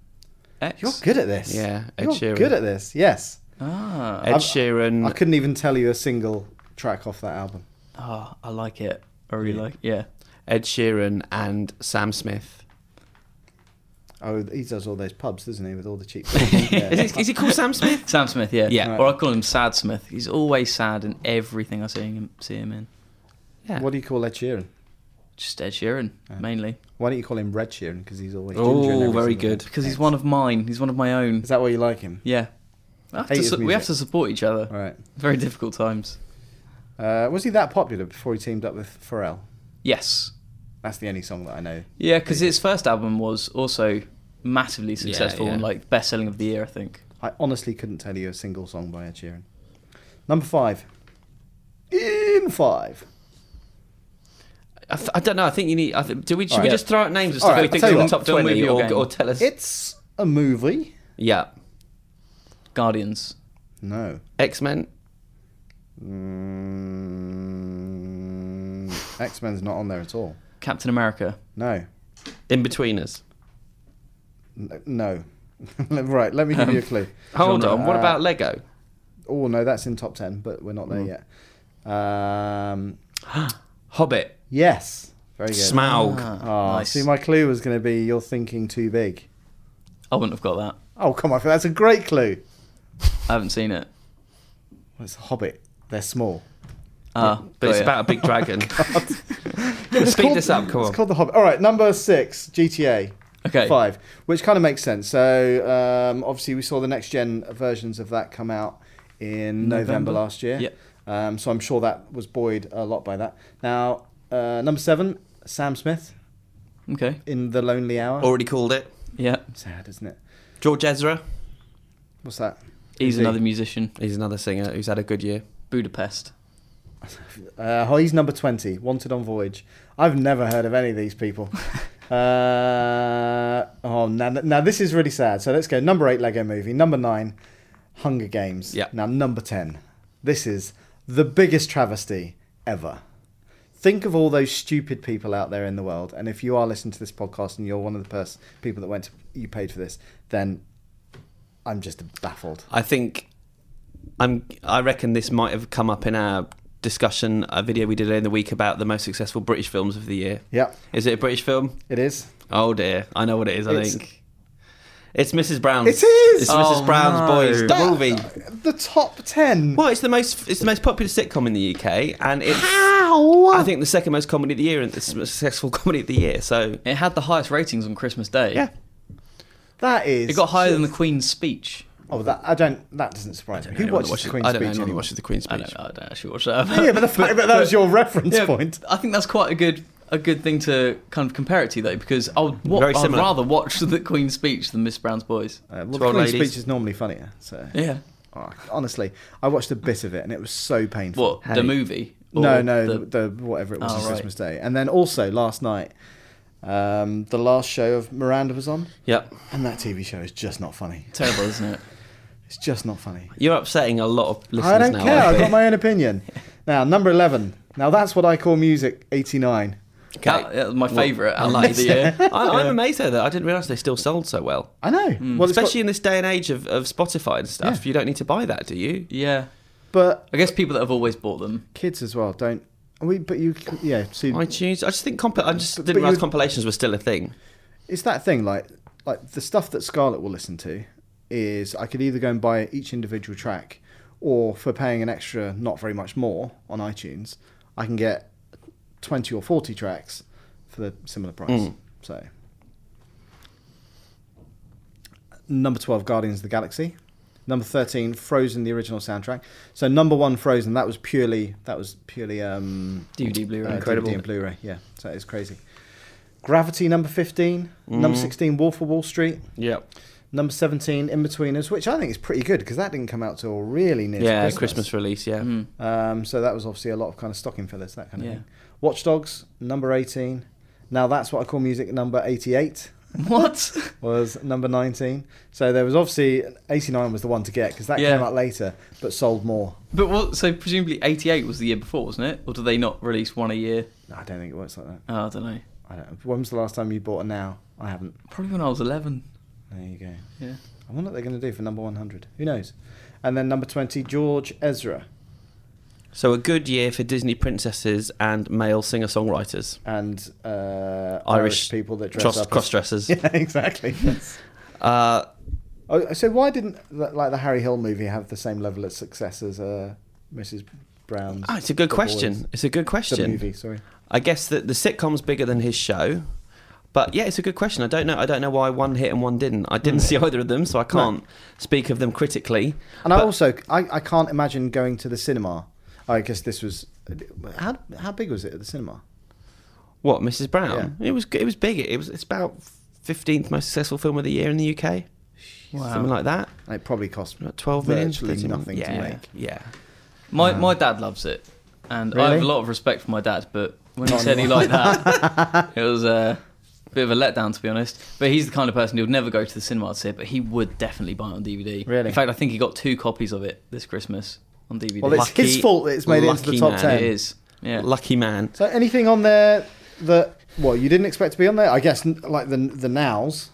Speaker 3: X.
Speaker 1: You're good at this.
Speaker 2: Yeah, Ed
Speaker 1: You're
Speaker 2: Sheeran. Mm.
Speaker 1: good at this. Yes.
Speaker 3: Ah.
Speaker 2: Ed
Speaker 1: I've-
Speaker 2: Sheeran.
Speaker 1: I couldn't even tell you a single track off that album.
Speaker 3: Oh, I like it. I really
Speaker 1: Yeah.
Speaker 3: like. Yeah.
Speaker 2: Ed Sheeran and Sam Smith.
Speaker 1: Oh, he does all those pubs, doesn't he, with all the cheap.
Speaker 2: Is, it, is it called Sam Smith?
Speaker 3: Sam Smith. Yeah.
Speaker 2: Yeah.
Speaker 3: Or I call him Sad Smith. He's always sad in everything I see him see him in.
Speaker 2: Yeah.
Speaker 1: What do you call Ed Sheeran?
Speaker 3: Just Ed Sheeran
Speaker 1: Yeah.
Speaker 3: mainly
Speaker 1: Why don't you call him Red Sheeran because he's always ginger and
Speaker 2: oh,
Speaker 1: every
Speaker 2: very
Speaker 1: single
Speaker 2: good.
Speaker 1: thing.
Speaker 3: because he's one of mine. He's one of my own.
Speaker 1: Is that why you like him?
Speaker 3: Yeah. I have to
Speaker 1: Hate his
Speaker 3: su- we have
Speaker 1: music.
Speaker 3: to support each other.
Speaker 1: All right.
Speaker 3: Very difficult times.
Speaker 1: Uh, was he that popular before he teamed up with Pharrell?
Speaker 3: Yes.
Speaker 1: That's the only song that I know.
Speaker 3: Yeah, because his first album was also massively successful
Speaker 2: yeah.
Speaker 3: and like best selling of the year, I think.
Speaker 1: I honestly couldn't tell you a single song by Ed Sheeran. Number five. In five.
Speaker 2: I, th- I don't know. I think you need. I th- do we? Should we
Speaker 1: Alright.
Speaker 2: just throw out names of
Speaker 1: All
Speaker 2: stuff
Speaker 1: right,
Speaker 2: we think
Speaker 1: I'll
Speaker 2: are
Speaker 1: tell
Speaker 2: in
Speaker 1: you
Speaker 2: the
Speaker 1: what.
Speaker 3: Don't move your
Speaker 2: top twenty, or,
Speaker 3: game.
Speaker 2: or tell us?
Speaker 1: It's a movie.
Speaker 2: yeah,
Speaker 3: Guardians.
Speaker 1: No.
Speaker 2: X Men.
Speaker 1: Mm, X Men's not on there at all.
Speaker 3: Captain America.
Speaker 1: No.
Speaker 2: In between us.
Speaker 1: N- No. right, let me give
Speaker 2: Um,
Speaker 1: you a clue.
Speaker 2: Hold
Speaker 3: Genre.
Speaker 2: on. What
Speaker 1: Uh,
Speaker 2: about Lego?
Speaker 1: Oh, no, that's in top 10, but we're not there
Speaker 2: Mm.
Speaker 1: yet. Um,
Speaker 2: Hobbit.
Speaker 1: yes. Very good.
Speaker 2: Smaug.
Speaker 1: Oh,
Speaker 3: Ah, nice.
Speaker 1: See, my clue was going to be you're thinking too big.
Speaker 3: I wouldn't have got that.
Speaker 1: Oh, come on. That's a great clue.
Speaker 3: I haven't seen it.
Speaker 1: Well, it's Hobbit. They're small.
Speaker 3: Ah,
Speaker 2: But Oh, it's
Speaker 3: got ya.
Speaker 2: about a big dragon. Speed this up, come
Speaker 1: it's
Speaker 2: on.
Speaker 1: called The Hobbit. All right, number six, GTA.
Speaker 3: Okay.
Speaker 1: Five, which kind of makes sense. So um, obviously, we saw the next gen versions of that come out in November,
Speaker 3: November.
Speaker 1: last year.
Speaker 3: Yep.
Speaker 1: Um, so I'm sure that was buoyed a lot by that. Now, uh, number seven, Sam Smith
Speaker 3: Okay.
Speaker 1: in The Lonely Hour.
Speaker 2: Already called it.
Speaker 3: Yeah.
Speaker 1: Sad, isn't it?
Speaker 2: George Ezra.
Speaker 1: What's that?
Speaker 3: He's
Speaker 1: Is he?
Speaker 3: another musician.
Speaker 2: He's another singer who's had a good year.
Speaker 3: Budapest.
Speaker 1: Uh, oh, he's number 20, Wanted on Voyage. I've never heard of any of these people. uh, oh, now, now this is really sad. So let's go. Number eight, Lego Movie. Number nine, Hunger Games.
Speaker 2: Yeah.
Speaker 1: Now, number 10. This is the biggest travesty ever. Think of all those stupid people out there in the world. And if you are listening to this podcast and you're one of the pers- people that went to, you paid for this, then I'm just baffled.
Speaker 2: I think I'm I reckon this might have come up in our discussion a video we did earlier in the week about the most successful British films of the year.
Speaker 1: Yep,
Speaker 2: Is it a British film?
Speaker 1: it is.
Speaker 2: Oh dear. I know what it is, I
Speaker 1: It's-
Speaker 2: think. It's Mrs. Brown's.
Speaker 1: It is!
Speaker 2: It's
Speaker 3: Oh,
Speaker 2: Mrs. Brown's
Speaker 3: no.
Speaker 2: Boys
Speaker 3: That-
Speaker 2: Double V.
Speaker 1: The top ten.
Speaker 2: Well, it's the most it's the most popular sitcom in the UK, and it's
Speaker 1: How?
Speaker 2: I think the second most comedy of the year and the successful comedy of the year. So
Speaker 3: It had the highest ratings on Christmas Day.
Speaker 2: yeah,
Speaker 1: that is.
Speaker 3: It got higher than the Queen's speech.
Speaker 1: Oh, that I don't. That doesn't surprise me. Who
Speaker 2: Anyone
Speaker 1: watches
Speaker 2: watches-
Speaker 1: the Queen's
Speaker 2: I don't
Speaker 1: Speech
Speaker 2: know anyone who
Speaker 1: anymore?
Speaker 2: watches the Queen's
Speaker 3: I
Speaker 2: Speech.
Speaker 3: don't, I don't actually watch that.
Speaker 1: Yeah, but the fact that that was your reference
Speaker 3: Yeah,
Speaker 1: point.
Speaker 3: I think that's quite a good a good thing to kind of compare it to though, because I would wa-
Speaker 2: Very
Speaker 3: I'd
Speaker 2: similar.
Speaker 3: rather watch the Queen's speech than Miss Brown's Boys.
Speaker 1: Uh, well,
Speaker 2: To
Speaker 1: the
Speaker 2: old
Speaker 1: Queen's
Speaker 2: ladies.
Speaker 1: Speech is normally funnier. So
Speaker 3: Yeah.
Speaker 1: Oh, honestly, I watched a bit of it and it was so painful.
Speaker 3: What
Speaker 2: Hey.
Speaker 3: the movie? Or
Speaker 1: no, no,
Speaker 3: the-
Speaker 1: the, whatever it was
Speaker 3: Oh,
Speaker 1: on
Speaker 3: right.
Speaker 1: Christmas Day, and then also last night, um, the last show of Miranda was on,
Speaker 2: yep.
Speaker 1: and that TV show is just not funny.
Speaker 3: terrible, isn't it?
Speaker 1: It's just not funny.
Speaker 2: You're upsetting a lot of listeners
Speaker 1: I don't
Speaker 2: now.
Speaker 1: care.
Speaker 2: aren't
Speaker 1: I've
Speaker 2: you?
Speaker 1: got my own opinion. Now number eleven. Now that's what I call music. Eighty-nine.
Speaker 3: That-
Speaker 2: Okay.
Speaker 3: that was my favourite out of the
Speaker 1: Yeah.
Speaker 3: year.
Speaker 2: I, I'm amazed though that I didn't realise they still sold so well.
Speaker 1: I know. Well, it's got-
Speaker 2: Hmm. Especially in this day and age of, of Spotify and stuff,
Speaker 1: Yeah.
Speaker 2: you don't need to buy that, do you?
Speaker 3: Yeah,
Speaker 1: but
Speaker 3: I guess people that have always bought them.
Speaker 1: kids as well don't. We, but you, yeah. See,
Speaker 2: iTunes. I just think comp- I just
Speaker 1: But-
Speaker 2: didn't
Speaker 1: but
Speaker 2: realise
Speaker 1: you-
Speaker 2: compilations were still a thing.
Speaker 1: it's that thing like like the stuff that Scarlett will listen to is I could either go and buy each individual track or for paying an extra not very much more on iTunes I can get 20 or 40 tracks for the similar price so number 12 Guardians of the Galaxy number 13 Frozen the original soundtrack so number 1 Frozen that was purely that was purely um
Speaker 3: DVD Blu-ray.
Speaker 1: Incredible. DVD and Blu-ray. Yeah, so it's crazy. Gravity number fifteen, number sixteen, Wolf of Wall Street,
Speaker 2: Yeah.
Speaker 1: number seventeen, In Betweeners, which I think is pretty good because that didn't come out till really near. to
Speaker 2: Yeah, Christmas.
Speaker 1: Christmas.
Speaker 2: release, yeah.
Speaker 3: Mm.
Speaker 1: Um, so that was obviously a lot of kind of stocking fillers, that kind of
Speaker 3: Yeah.
Speaker 1: thing. Watch Dogs number eighteen. Now that's what I call music. Number eighty-eight
Speaker 3: What?
Speaker 1: was number nineteen. So there was obviously eighty-nine was the one to get because that
Speaker 3: Yeah.
Speaker 1: came out later but sold more.
Speaker 3: But what? So presumably '88 was the year before, wasn't it? Or do they not release one a year?
Speaker 1: No, I don't think it works like that.
Speaker 3: Oh, I don't know.
Speaker 1: I don't. When was the last time you bought a now? I haven't.
Speaker 3: Probably when I was 11.
Speaker 1: There you go.
Speaker 3: Yeah.
Speaker 1: I wonder what they're going to do for number 100. Who knows? And then number 20, George Ezra.
Speaker 2: So a good year for Disney princesses and male singer songwriters.
Speaker 1: And uh, Irish,
Speaker 2: Irish
Speaker 1: people that dress
Speaker 2: Cross
Speaker 1: up. as-
Speaker 2: dressers.
Speaker 1: Yeah, exactly. Yes.
Speaker 2: Uh,
Speaker 1: oh, so why didn't th- like the Harry Hill movie have the same level of success as uh, Mrs. Brown's?
Speaker 2: ah, it's a good
Speaker 1: The
Speaker 2: question.
Speaker 1: Boys?
Speaker 2: It's a good
Speaker 1: The
Speaker 2: question.
Speaker 1: movie, sorry.
Speaker 2: I guess that the sitcom's bigger than his show. But yeah, it's a good question. I don't know. I don't know why one hit and one didn't. I
Speaker 1: Mm.
Speaker 2: didn't see either of them, so I can't speak of them critically.
Speaker 1: And I
Speaker 2: But-
Speaker 1: also I, I can't imagine going to the cinema. I guess this was how how big was it at the cinema?
Speaker 2: What Mrs. Brown? It was it was big. It was it's about fifteenth most successful film of the year in the UK. Something like that.
Speaker 1: And it probably cost
Speaker 2: About Twelve million.
Speaker 1: Virtually
Speaker 2: 13 million.
Speaker 1: nothing to
Speaker 2: yeah,
Speaker 1: make.
Speaker 2: Yeah.
Speaker 3: My my dad loves it, and I
Speaker 1: Really?
Speaker 3: have a lot of respect for my dad. But when he
Speaker 1: Not
Speaker 3: said he
Speaker 1: anymore.
Speaker 3: liked that, it was a bit of a letdown to be honest. But he's the kind of person who would never go to the cinema, I'd say, but he would definitely buy it on DVD.
Speaker 1: Really?
Speaker 3: In fact, I think he got two copies of it this Christmas on DVD.
Speaker 1: Well, it's
Speaker 2: Lucky-
Speaker 1: his fault that it's made it into the
Speaker 2: lucky
Speaker 1: top
Speaker 2: man.
Speaker 1: ten.
Speaker 3: it is. Yeah.
Speaker 2: Lucky man.
Speaker 1: So anything on there that well you didn't expect to be on there? I guess n- like the the nows.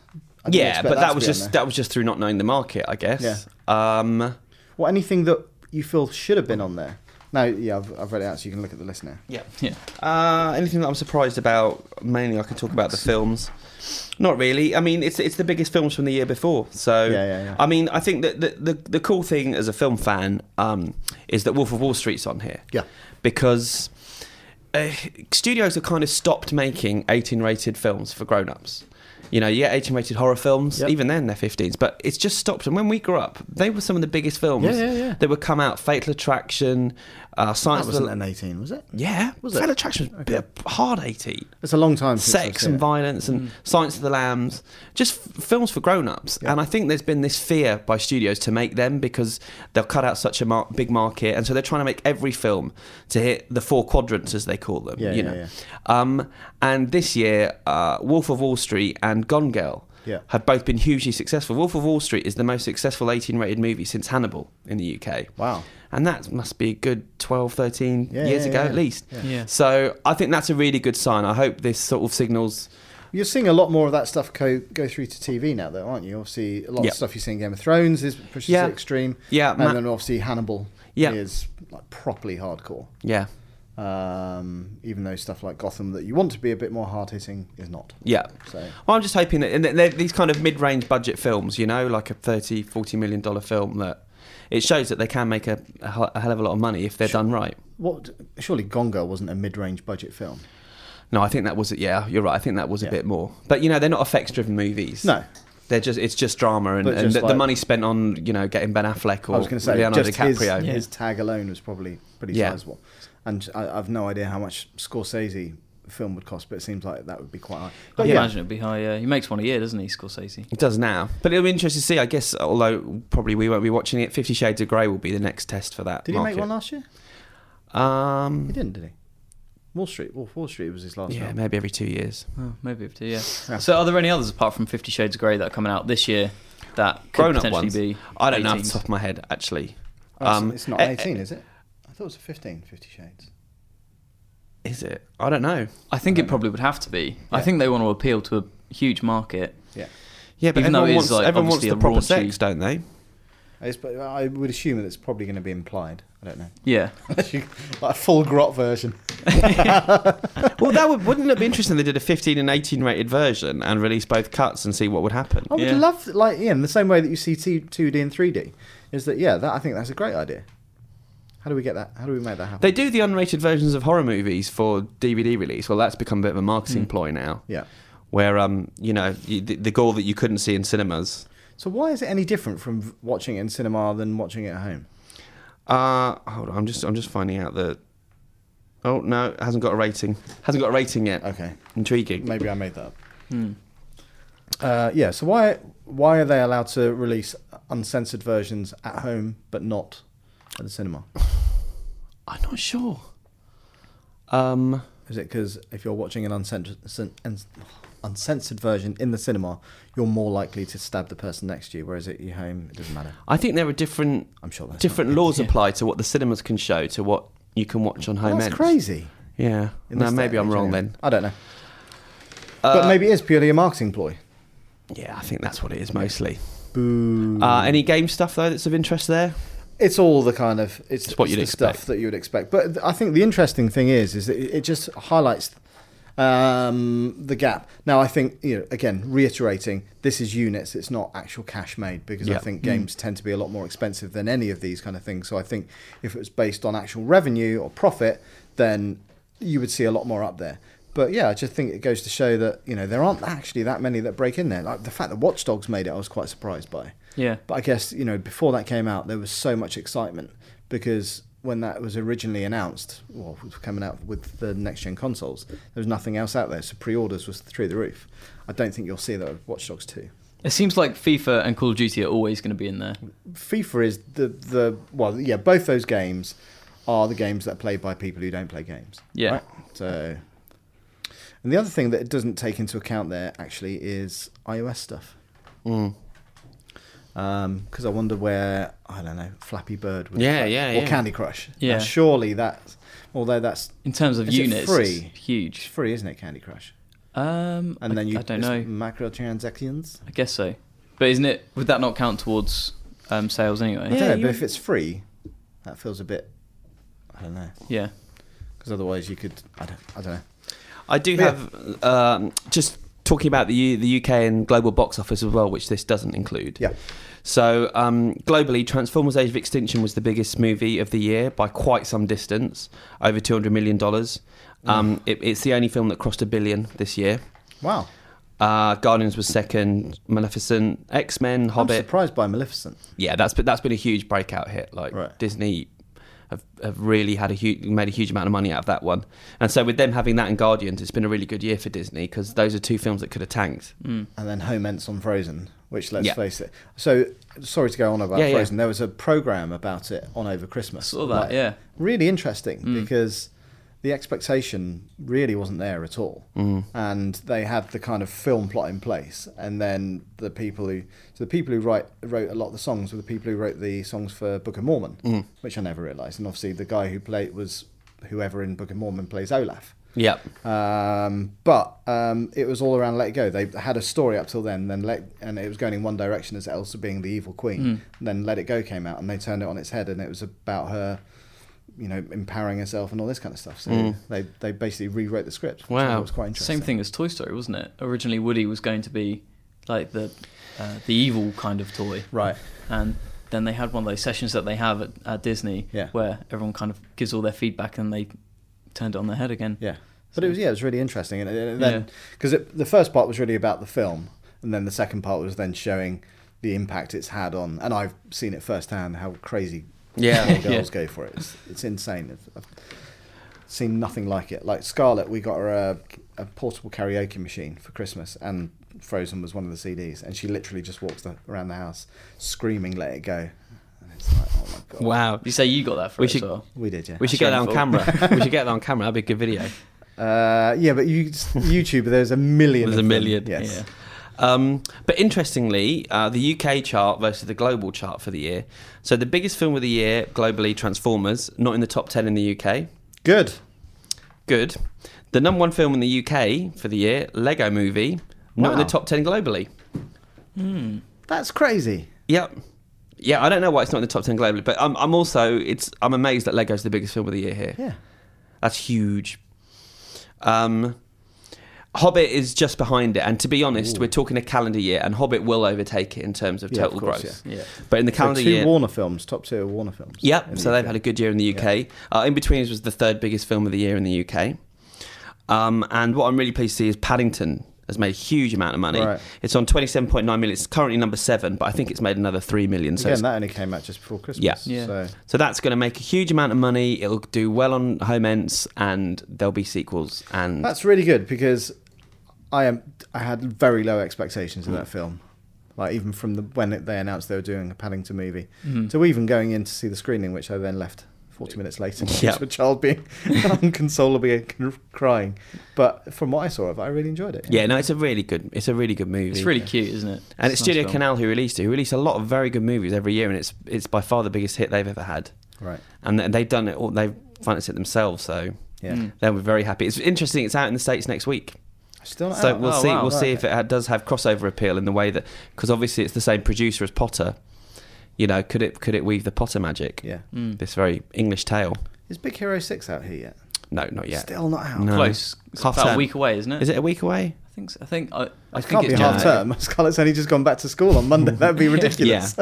Speaker 1: I didn't
Speaker 2: Yeah,
Speaker 1: expect
Speaker 2: but
Speaker 1: to
Speaker 2: that was
Speaker 1: be on
Speaker 2: just
Speaker 1: there.
Speaker 2: that was just through not knowing the market, I guess. Yeah. Um,
Speaker 1: well anything that you feel should have been on there. No, yeah, I've, I've read it out, so you can look at the list now.
Speaker 2: yeah.
Speaker 3: Yeah.
Speaker 2: Uh, anything that I'm surprised about? Mainly, I can talk about the films. Not really. I mean, it's it's the biggest films from the year before. So,
Speaker 1: Yeah, yeah, yeah.
Speaker 2: I mean, I think that the, the the cool thing as a film fan um, is that Wolf of Wall Street's on here.
Speaker 1: Yeah.
Speaker 2: because uh, studios have kind of stopped making 18 rated films for grown ups. You know, you get 18 rated horror films,
Speaker 1: Yep.
Speaker 2: even then they're 15s, but it's just stopped. And when we grew up, they were some of the biggest films
Speaker 1: Yeah, yeah, yeah.
Speaker 2: that would come out Fatal Attraction, uh, Science.
Speaker 1: That
Speaker 2: of
Speaker 1: wasn't
Speaker 2: the-
Speaker 1: an eighteen, was it?
Speaker 2: yeah,
Speaker 1: Was it?
Speaker 2: Fatal Attraction was a bit hard 18.
Speaker 1: It's a long time. Since I've
Speaker 2: Sex
Speaker 1: seen
Speaker 2: and
Speaker 1: it. Mm.
Speaker 2: violence and Science of the Lambs, just f- films for grown ups.
Speaker 1: Yeah.
Speaker 2: And I think there's been this fear by studios to make them because they'll cut out such a mar- big market. And so they're trying to make every film to hit the four quadrants, as they call them.
Speaker 1: Yeah,
Speaker 2: you
Speaker 1: yeah,
Speaker 2: know. Um, and this year, uh, Wolf of Wall Street and Gone Girl
Speaker 1: Yeah.
Speaker 2: have both been hugely successful. Wolf of Wall Street is the most successful 18 rated movie since Hannibal in the UK.
Speaker 1: Wow.
Speaker 2: And that must be a good 12, 13
Speaker 1: Yeah,
Speaker 2: years
Speaker 1: yeah,
Speaker 2: ago
Speaker 1: yeah.
Speaker 2: at least.
Speaker 1: Yeah.
Speaker 3: Yeah.
Speaker 2: So I think that's a really good sign. I hope this sort of signals.
Speaker 1: You're seeing a lot more of that stuff go, go through to TV now, though, aren't you? Obviously, a lot
Speaker 2: Yeah.
Speaker 1: of stuff you see in Game of Thrones is pushes
Speaker 2: Yeah.
Speaker 1: to extreme,
Speaker 2: Yeah,
Speaker 1: and
Speaker 2: Ma-
Speaker 1: then obviously Hannibal
Speaker 2: Yeah.
Speaker 1: is like properly hardcore.
Speaker 2: yeah.
Speaker 1: Um, even though stuff like Gotham that you want to be a bit more hard hitting is not.
Speaker 2: Yeah.
Speaker 1: So
Speaker 2: Well, I'm just hoping that and they're these kind of mid-range budget films, you know, like a 30, 40 million dollar film that it shows that they can make a, a hell a hell of a lot of money if they're done right.
Speaker 1: what? Surely Gone Girl wasn't a mid-range budget film.
Speaker 2: No, I think that was it. Yeah, you're right. I think that was a
Speaker 1: Yeah.
Speaker 2: bit more. But you know, they're not effects-driven movies.
Speaker 1: No,
Speaker 2: they're just it's just drama and,
Speaker 1: But
Speaker 2: and
Speaker 1: just
Speaker 2: the, the
Speaker 1: like-
Speaker 2: money spent on you know getting Ben Affleck or
Speaker 1: I was going to say
Speaker 2: Leonardo
Speaker 1: just his,
Speaker 2: DiCaprio.
Speaker 1: his tag alone was probably pretty
Speaker 2: Yeah.
Speaker 1: sizable, and I, I've no idea how much Scorsese film would cost, but it seems like that would be quite high. But
Speaker 3: I
Speaker 1: yeah,
Speaker 3: imagine it'd be high. Yeah, he makes one a year, doesn't he, Scorsese?
Speaker 2: It does now, but it'll be interesting to see. I guess, although probably we won't be watching it. Fifty Shades of Grey will be the next test for that.
Speaker 1: did he
Speaker 2: market.
Speaker 1: make one last year? He
Speaker 2: Um,
Speaker 1: didn't, did he? Wall Street, Wall, Wall Street was his last
Speaker 2: yeah,
Speaker 1: film.
Speaker 2: maybe every two years.
Speaker 3: Oh, maybe up to yeah. So, are there any others apart from Fifty Shades of Grey that are coming out this year that could
Speaker 2: Grown-up
Speaker 3: potentially
Speaker 2: ones.
Speaker 3: be?
Speaker 2: I don't know off the
Speaker 3: 18s?
Speaker 2: top of my head actually.
Speaker 1: Oh, it's-
Speaker 2: Um,
Speaker 1: it's not
Speaker 2: eh,
Speaker 1: 18, is it? I thought it was 15, 50 Shades.
Speaker 2: Is it? I don't know.
Speaker 3: I think it probably would have to be. I think they want to appeal to a huge market.
Speaker 1: Yeah.
Speaker 2: Yeah, but
Speaker 3: Even though
Speaker 2: everyone
Speaker 3: it is,
Speaker 2: wants,
Speaker 3: like,
Speaker 2: everyone wants
Speaker 3: obviously
Speaker 2: the
Speaker 3: a
Speaker 2: proper
Speaker 3: raunchy-
Speaker 2: sex, don't they?
Speaker 1: It's, but I would assume that it's probably going to be implied. I don't know.
Speaker 3: Yeah.
Speaker 1: Unless you, like a full grot version.
Speaker 2: well, that would, wouldn't it be interesting? They did a 15 and 18 rated version and released both cuts and see what would happen.
Speaker 1: I would
Speaker 3: Yeah.
Speaker 1: love, like, Ian, the same way that you see T- 2D and 3D, is that, yeah, that I think that's a great idea. How do we get that? How do we make that happen?
Speaker 2: They do the unrated versions of horror movies for DVD release. Well, that's become a bit of a
Speaker 3: Hmm.
Speaker 2: marketing ploy now.
Speaker 1: yeah.
Speaker 2: Where um, you know, you, the, the gore that you couldn't see in cinemas.
Speaker 1: So why is it any different from v- watching it in cinema than watching it at home?
Speaker 2: Uh, hold on, I'm just I'm just finding out that. Oh no, it hasn't got a rating. Hasn't got a rating yet.
Speaker 1: Okay.
Speaker 2: Intriguing.
Speaker 1: Maybe I made that up. Uh, yeah. So why why are they allowed to release uncensored versions at home but not at the cinema?
Speaker 2: I'm not sure. Um,
Speaker 1: Is it because if you're watching an uncensored cen- un- uncensored version in the cinema, you're more likely to stab the person next to you, whereas at your home it doesn't matter.
Speaker 2: I think there are different
Speaker 1: I'm sure that's
Speaker 2: different
Speaker 1: not-
Speaker 2: laws apply to what the cinemas can show to what you can watch on home.
Speaker 1: Oh, That's
Speaker 2: ends.
Speaker 1: crazy.
Speaker 2: Yeah.
Speaker 1: in
Speaker 2: no,
Speaker 1: this day
Speaker 2: maybe
Speaker 1: and
Speaker 2: I'm
Speaker 1: age,
Speaker 2: wrong
Speaker 1: anyway.
Speaker 2: then. Uh,
Speaker 1: I don't know. but maybe it is purely a marketing ploy.
Speaker 2: Yeah, I think that's what it is mostly.
Speaker 1: Boo.
Speaker 2: Uh, any game stuff though that's of interest there?
Speaker 1: it's all the kind of it's,
Speaker 2: It's what you'd
Speaker 1: the
Speaker 2: expect.
Speaker 1: stuff that you would expect. But th- I think the interesting thing is is that it it just highlights um, the gap. Now I think you know again reiterating this is units, it's not actual cash made because I
Speaker 2: Yeah.
Speaker 1: think games tend to be a lot more expensive than any of these kind of things. So I think if it was based on actual revenue or profit, then you would see a lot more up there. But yeah, I just think it goes to show that you know there aren't actually that many that break in there. Like the fact that Watch Dogs made it, I was quite surprised by.
Speaker 3: Yeah.
Speaker 1: But I guess you know before that came out, there was so much excitement because when that was originally announced, well, it was coming out with the next gen consoles, there was nothing else out there, so pre-orders was through the roof. I don't think you'll see that with Watch Dogs Two.
Speaker 3: It seems like FIFA and Call of Duty are always going to be in there.
Speaker 1: FIFA is the the well, yeah, both those games are the games that are played by people who don't play games.
Speaker 3: Yeah.
Speaker 1: So, and the other thing that it doesn't take into account there actually is iOS stuff. because I wonder where I don't know Flappy Bird would
Speaker 2: Yeah,
Speaker 1: play,
Speaker 2: yeah,
Speaker 1: or
Speaker 2: yeah.
Speaker 1: Candy Crush.
Speaker 3: Yeah.
Speaker 1: Now, surely that's although that's
Speaker 3: In terms of
Speaker 1: Is it
Speaker 3: units,
Speaker 1: free?
Speaker 3: it's
Speaker 1: it's
Speaker 3: huge.
Speaker 1: free, isn't it? Candy Crush,
Speaker 3: Um,
Speaker 1: and
Speaker 3: I,
Speaker 1: then you
Speaker 3: I don't
Speaker 1: it's
Speaker 3: know.
Speaker 1: microtransactions.
Speaker 3: I guess so. But isn't it? Would that not count towards um, sales anyway?
Speaker 1: I don't know,
Speaker 2: you-
Speaker 1: but if it's free, that feels a bit. I don't know
Speaker 3: Yeah.
Speaker 1: because otherwise you could. I don't. I don't know.
Speaker 2: I do
Speaker 1: Yeah.
Speaker 2: have um, just talking about the U- the UK and global box office as well, which this doesn't include.
Speaker 1: Yeah.
Speaker 2: So um, globally, Transformers: Age of Extinction was the biggest movie of the year by quite some distance, over two hundred million dollars. Um, it, it's the only film that crossed a billion this year.
Speaker 1: Wow.
Speaker 2: Uh, Guardians was second. Maleficent, X Men,
Speaker 1: I'm
Speaker 2: Hobbit.
Speaker 1: surprised by Maleficent.
Speaker 2: yeah, that's been, that's been a huge breakout hit. Like
Speaker 1: Right.
Speaker 2: Disney have, have really had a huge made a huge amount of money out of that one, and so with them having that and Guardians, it's been a really good year for Disney because those are two films that could have tanked.
Speaker 1: and then home ents on Frozen, which let's
Speaker 2: Yeah.
Speaker 1: face it. So sorry to go on about
Speaker 2: Yeah, yeah.
Speaker 1: Frozen. There was a program about it on over Christmas.
Speaker 3: Saw that, yeah.
Speaker 1: Really interesting because the expectation really wasn't there at all, and they had the kind of film plot in place, and then the people who so the people who write wrote a lot of the songs were the people who wrote the songs for Book of Mormon, which I never realised, and obviously the guy who played was whoever in Book of Mormon plays Olaf.
Speaker 2: Yep.
Speaker 1: Um, but um, it was all around Let It Go. They had a story up till then, then let and it was going in one direction as Elsa being the evil queen. And then Let It Go came out, and they turned it on its head, and it was about her you know, empowering herself and all this kind of stuff. So
Speaker 2: Mm.
Speaker 1: they, they basically rewrote the script. Which I
Speaker 2: Wow.
Speaker 1: thought was quite interesting.
Speaker 3: Same thing as Toy Story, wasn't it? Originally, Woody was going to be like the uh, the evil kind of toy,
Speaker 1: Right.
Speaker 3: and then they had one of those sessions that they have at, at Disney
Speaker 1: Yeah.
Speaker 3: where everyone kind of gives all their feedback and they turned it on their head again.
Speaker 1: Yeah. But it was yeah, it was really interesting, and, and
Speaker 3: Yeah.
Speaker 1: then because the first part was really about the film, and then the second part was then showing the impact it's had on. And I've seen it firsthand how crazy
Speaker 2: Yeah.
Speaker 1: little girls
Speaker 3: Yeah.
Speaker 1: go for it. It's, it's insane. I've, I've seen nothing like it. Like Scarlett, we got her a, a portable karaoke machine for Christmas, and Frozen was one of the CDs, and she literally just walks the, around the house screaming "Let It Go," and it's like, oh my god,
Speaker 2: Wow.
Speaker 3: You say you got that for
Speaker 2: We
Speaker 3: it
Speaker 2: should-
Speaker 3: as well.
Speaker 1: we did yeah.
Speaker 2: We should get that on
Speaker 3: Shameful.
Speaker 2: camera. we should get that on camera. That'd be a good video.
Speaker 1: Uh, yeah, but you, YouTube, there's a million.
Speaker 2: There's
Speaker 1: of them.
Speaker 2: a million,
Speaker 1: Yes.
Speaker 3: Yeah.
Speaker 2: Um, but interestingly, uh, the UK chart versus the global chart for the year. So the biggest film of the year globally, Transformers, not in the top ten in the UK.
Speaker 1: Good.
Speaker 2: Good. The number one film in the UK for the year, Lego Movie, not in
Speaker 1: Wow.
Speaker 2: the top ten globally.
Speaker 3: Hmm.
Speaker 1: That's crazy.
Speaker 2: Yep. Yeah, I don't know why it's not in the top ten globally, but I'm, I'm also it's I'm amazed that Lego's the biggest film of the year here.
Speaker 1: Yeah.
Speaker 2: That's huge. Um, Hobbit is just behind it, and to be honest, we're talking a calendar year, and Hobbit will overtake it in terms of
Speaker 1: Yeah,
Speaker 2: total
Speaker 1: of course,
Speaker 2: growth.
Speaker 3: Yeah.
Speaker 2: But in the
Speaker 1: So
Speaker 2: calendar
Speaker 1: two
Speaker 2: year,
Speaker 1: Warner films, top two are Warner films.
Speaker 2: Yep.
Speaker 1: in the
Speaker 2: so they've
Speaker 1: UK.
Speaker 2: had a good year in the UK. Uh, in between was the third biggest film of the year in the UK. Um, and what I'm really pleased to see is Paddington has made a huge amount of money.
Speaker 1: Right.
Speaker 2: It's on 27.9 million. It's currently number seven, but I think it's made another three million. So,
Speaker 1: Again,
Speaker 2: it's-
Speaker 1: that only came out just before Christmas.
Speaker 2: Yeah.
Speaker 3: Yeah.
Speaker 1: So
Speaker 2: so that's going to make a huge amount of money. It'll do well on home ends, and there'll be sequels. And
Speaker 1: that's really good because I am. I had very low expectations of
Speaker 2: Mm.
Speaker 1: that film. Like even from the when it, they announced they were doing a Paddington movie,
Speaker 3: Mm.
Speaker 1: to even going in to see the screening, which I then left forty minutes later,
Speaker 2: Yeah.
Speaker 1: with a child being unconsolably crying. But from what I saw of, it, I really enjoyed it.
Speaker 2: yeah, no, it's a really good. It's a really good movie.
Speaker 3: It's really cute, isn't it?
Speaker 2: And
Speaker 3: a nice
Speaker 2: it's Studio
Speaker 3: film.
Speaker 2: Canal who released it. Who release a lot of very good movies every year, and it's it's by far the biggest hit they've ever had.
Speaker 1: Right.
Speaker 2: And they- they've done it. All, they've financed it themselves. So
Speaker 1: Yeah.
Speaker 3: Mm.
Speaker 2: They were very happy. It's interesting. It's out in the states next week,
Speaker 1: Still not
Speaker 2: so
Speaker 1: out.
Speaker 2: we'll
Speaker 1: Oh,
Speaker 2: see.
Speaker 1: wow.
Speaker 2: we'll see
Speaker 1: Right.
Speaker 2: if it ha- does have crossover appeal in the way that because obviously it's the same producer as Potter. You know, could it could it weave the Potter magic?
Speaker 1: Yeah.
Speaker 3: Mm.
Speaker 2: This very English tale.
Speaker 1: Is Big Hero Six out here yet?
Speaker 2: No, not yet.
Speaker 1: Still not out.
Speaker 2: No.
Speaker 3: Close. It's
Speaker 2: Half
Speaker 3: about
Speaker 2: term.
Speaker 3: a week away, isn't it?
Speaker 2: Is it a week away?
Speaker 3: I think. So. I think. I, I
Speaker 1: It
Speaker 3: think
Speaker 1: can't be
Speaker 3: it's
Speaker 1: half
Speaker 3: January.
Speaker 1: term. Scarlett's only just gone back to school on Monday. That'd be ridiculous.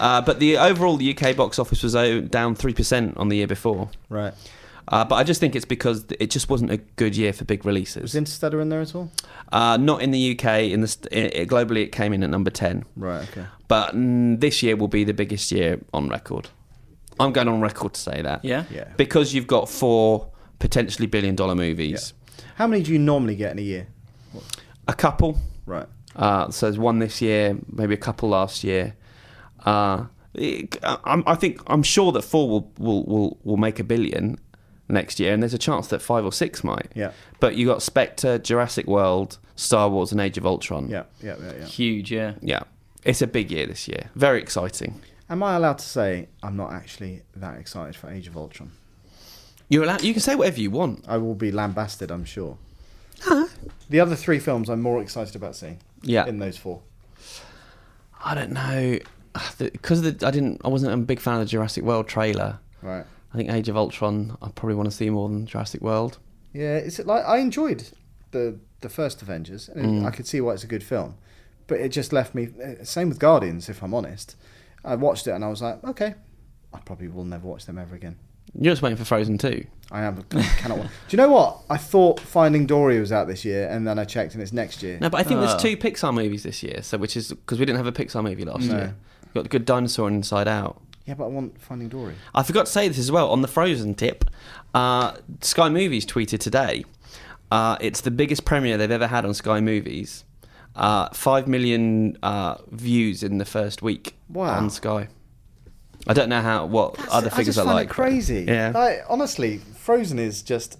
Speaker 2: Uh, but the overall UK box office was o- down three percent on the year before.
Speaker 1: Right.
Speaker 2: Uh, but I just think it's because it just wasn't a good year for big
Speaker 1: Was
Speaker 2: releases.
Speaker 1: Interstellar in there at all?
Speaker 2: Uh, not in the UK. In the st- i i- globally, it came in at number ten.
Speaker 1: Right. Okay.
Speaker 2: But mm, this year will be the biggest year on record. I'm going on record to say that.
Speaker 3: Yeah.
Speaker 1: Yeah.
Speaker 2: Because you've got four potentially billion dollar movies.
Speaker 1: How many do you normally get in a year?
Speaker 2: A couple.
Speaker 1: Right.
Speaker 2: Uh, so there's one this year, maybe a couple last year. Uh, it- I- I'm, I think I'm sure that four will, will, will, will make a billion next year, and there's a chance that five or six might.
Speaker 1: Yeah.
Speaker 2: But you got Spectre, Jurassic World, Star Wars, and Age of Ultron.
Speaker 1: Yeah. Yeah. Yeah. Yeah.
Speaker 3: Huge. Yeah.
Speaker 2: Yeah. It's a big year this year. Very exciting.
Speaker 1: Am I allowed to say I'm not actually that excited for Age of Ultron?
Speaker 2: You're allowed. You can say whatever you want.
Speaker 1: I will be lambasted, I'm sure. the other three films I'm more excited about seeing.
Speaker 2: Yeah.
Speaker 1: In those four.
Speaker 2: I don't know because the, I didn't. I wasn't a big fan of the Jurassic World trailer.
Speaker 1: Right.
Speaker 2: I think Age of Ultron. I probably want to see more than Jurassic World.
Speaker 1: Yeah, it's like I enjoyed the the first Avengers, and I could see why it's a good film, but it just left me. eh, Same with Guardians, if I'm honest. I watched it and I was like, okay, I probably will never watch them ever again.
Speaker 2: You're just waiting for Frozen two.
Speaker 1: I am I cannot. wa- Do you know what? I thought Finding Dory was out this year, and then I checked, and it's next year.
Speaker 2: No, but I think
Speaker 3: Ah.
Speaker 2: there's two Pixar movies this year. So which is because we didn't have a Pixar movie last
Speaker 1: No.
Speaker 2: year. We've got the Good Dinosaur and Inside Out.
Speaker 1: Yeah, but I want Finding Dory.
Speaker 2: I forgot to say this as well on the Frozen tip. Uh, Sky Movies tweeted today. Uh, it's the biggest premiere they've ever had on Sky Movies. Uh, Five million uh, views in the first week
Speaker 1: Wow.
Speaker 2: on Sky. I don't know how what
Speaker 1: That's
Speaker 2: other
Speaker 1: it, I
Speaker 2: figures
Speaker 1: just
Speaker 2: are
Speaker 1: find
Speaker 2: like.
Speaker 1: It
Speaker 2: but-
Speaker 1: crazy.
Speaker 2: Yeah,
Speaker 1: Like, honestly, Frozen is just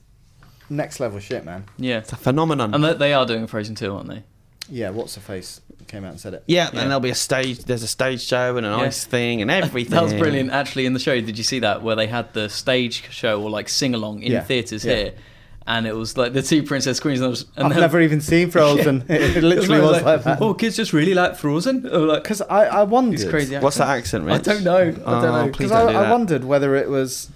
Speaker 1: next level shit, man.
Speaker 3: Yeah.
Speaker 2: it's a phenomenon.
Speaker 3: And they, they are doing Frozen 2, aren't they?
Speaker 1: Yeah, what's the face came out and said it.
Speaker 2: yeah,
Speaker 3: Yeah.
Speaker 2: and there'll be a stage. There's a stage show and an
Speaker 3: Yeah.
Speaker 2: ice thing and everything.
Speaker 3: That was brilliant. Actually, in the show, did you see that where they had the stage show or like sing along in
Speaker 1: Yeah,
Speaker 3: theaters
Speaker 1: yeah.
Speaker 3: here, and it was like the two princess queens. And, I was- and
Speaker 1: I've
Speaker 3: then-
Speaker 1: never even seen Frozen. It literally was like that.
Speaker 3: Oh, kids just really like Frozen. Or like,
Speaker 1: Because I, I wondered.
Speaker 3: it's crazy.
Speaker 2: What's that
Speaker 3: accent.
Speaker 2: accent, Rich?
Speaker 3: I don't know.
Speaker 1: I
Speaker 2: Oh,
Speaker 1: don't know.
Speaker 2: please
Speaker 1: Because
Speaker 2: don't do
Speaker 1: I, I
Speaker 2: that.
Speaker 1: wondered whether it was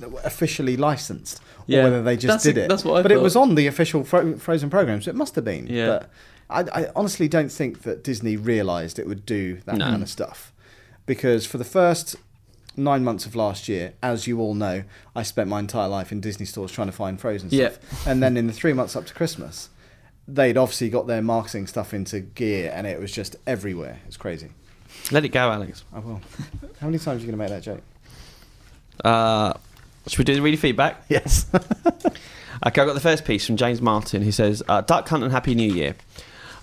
Speaker 1: that were officially licensed, or
Speaker 3: Yeah.
Speaker 1: whether they just
Speaker 3: That's-
Speaker 1: did it.
Speaker 3: that's what I
Speaker 1: but it
Speaker 3: thought.
Speaker 1: was on the official Fro- Frozen program, so it must have been.
Speaker 3: Yeah.
Speaker 1: But I, I honestly don't think that Disney realised it would do that
Speaker 2: No.
Speaker 1: kind of stuff, because for the first nine months of last year, as you all know, I spent my entire life in Disney stores trying to find Frozen
Speaker 3: Yeah.
Speaker 1: stuff, and then in the three months up to Christmas. They'd obviously got their marketing stuff into gear, and it was just everywhere. It's crazy.
Speaker 2: Let it go, Alex.
Speaker 1: I will. How many times are you going to make that joke?
Speaker 2: Uh, should we do the reader feedback?
Speaker 1: Yes.
Speaker 2: Okay, I got the first piece from James Martin, who says, uh, "Duck Hunt and Happy New Year."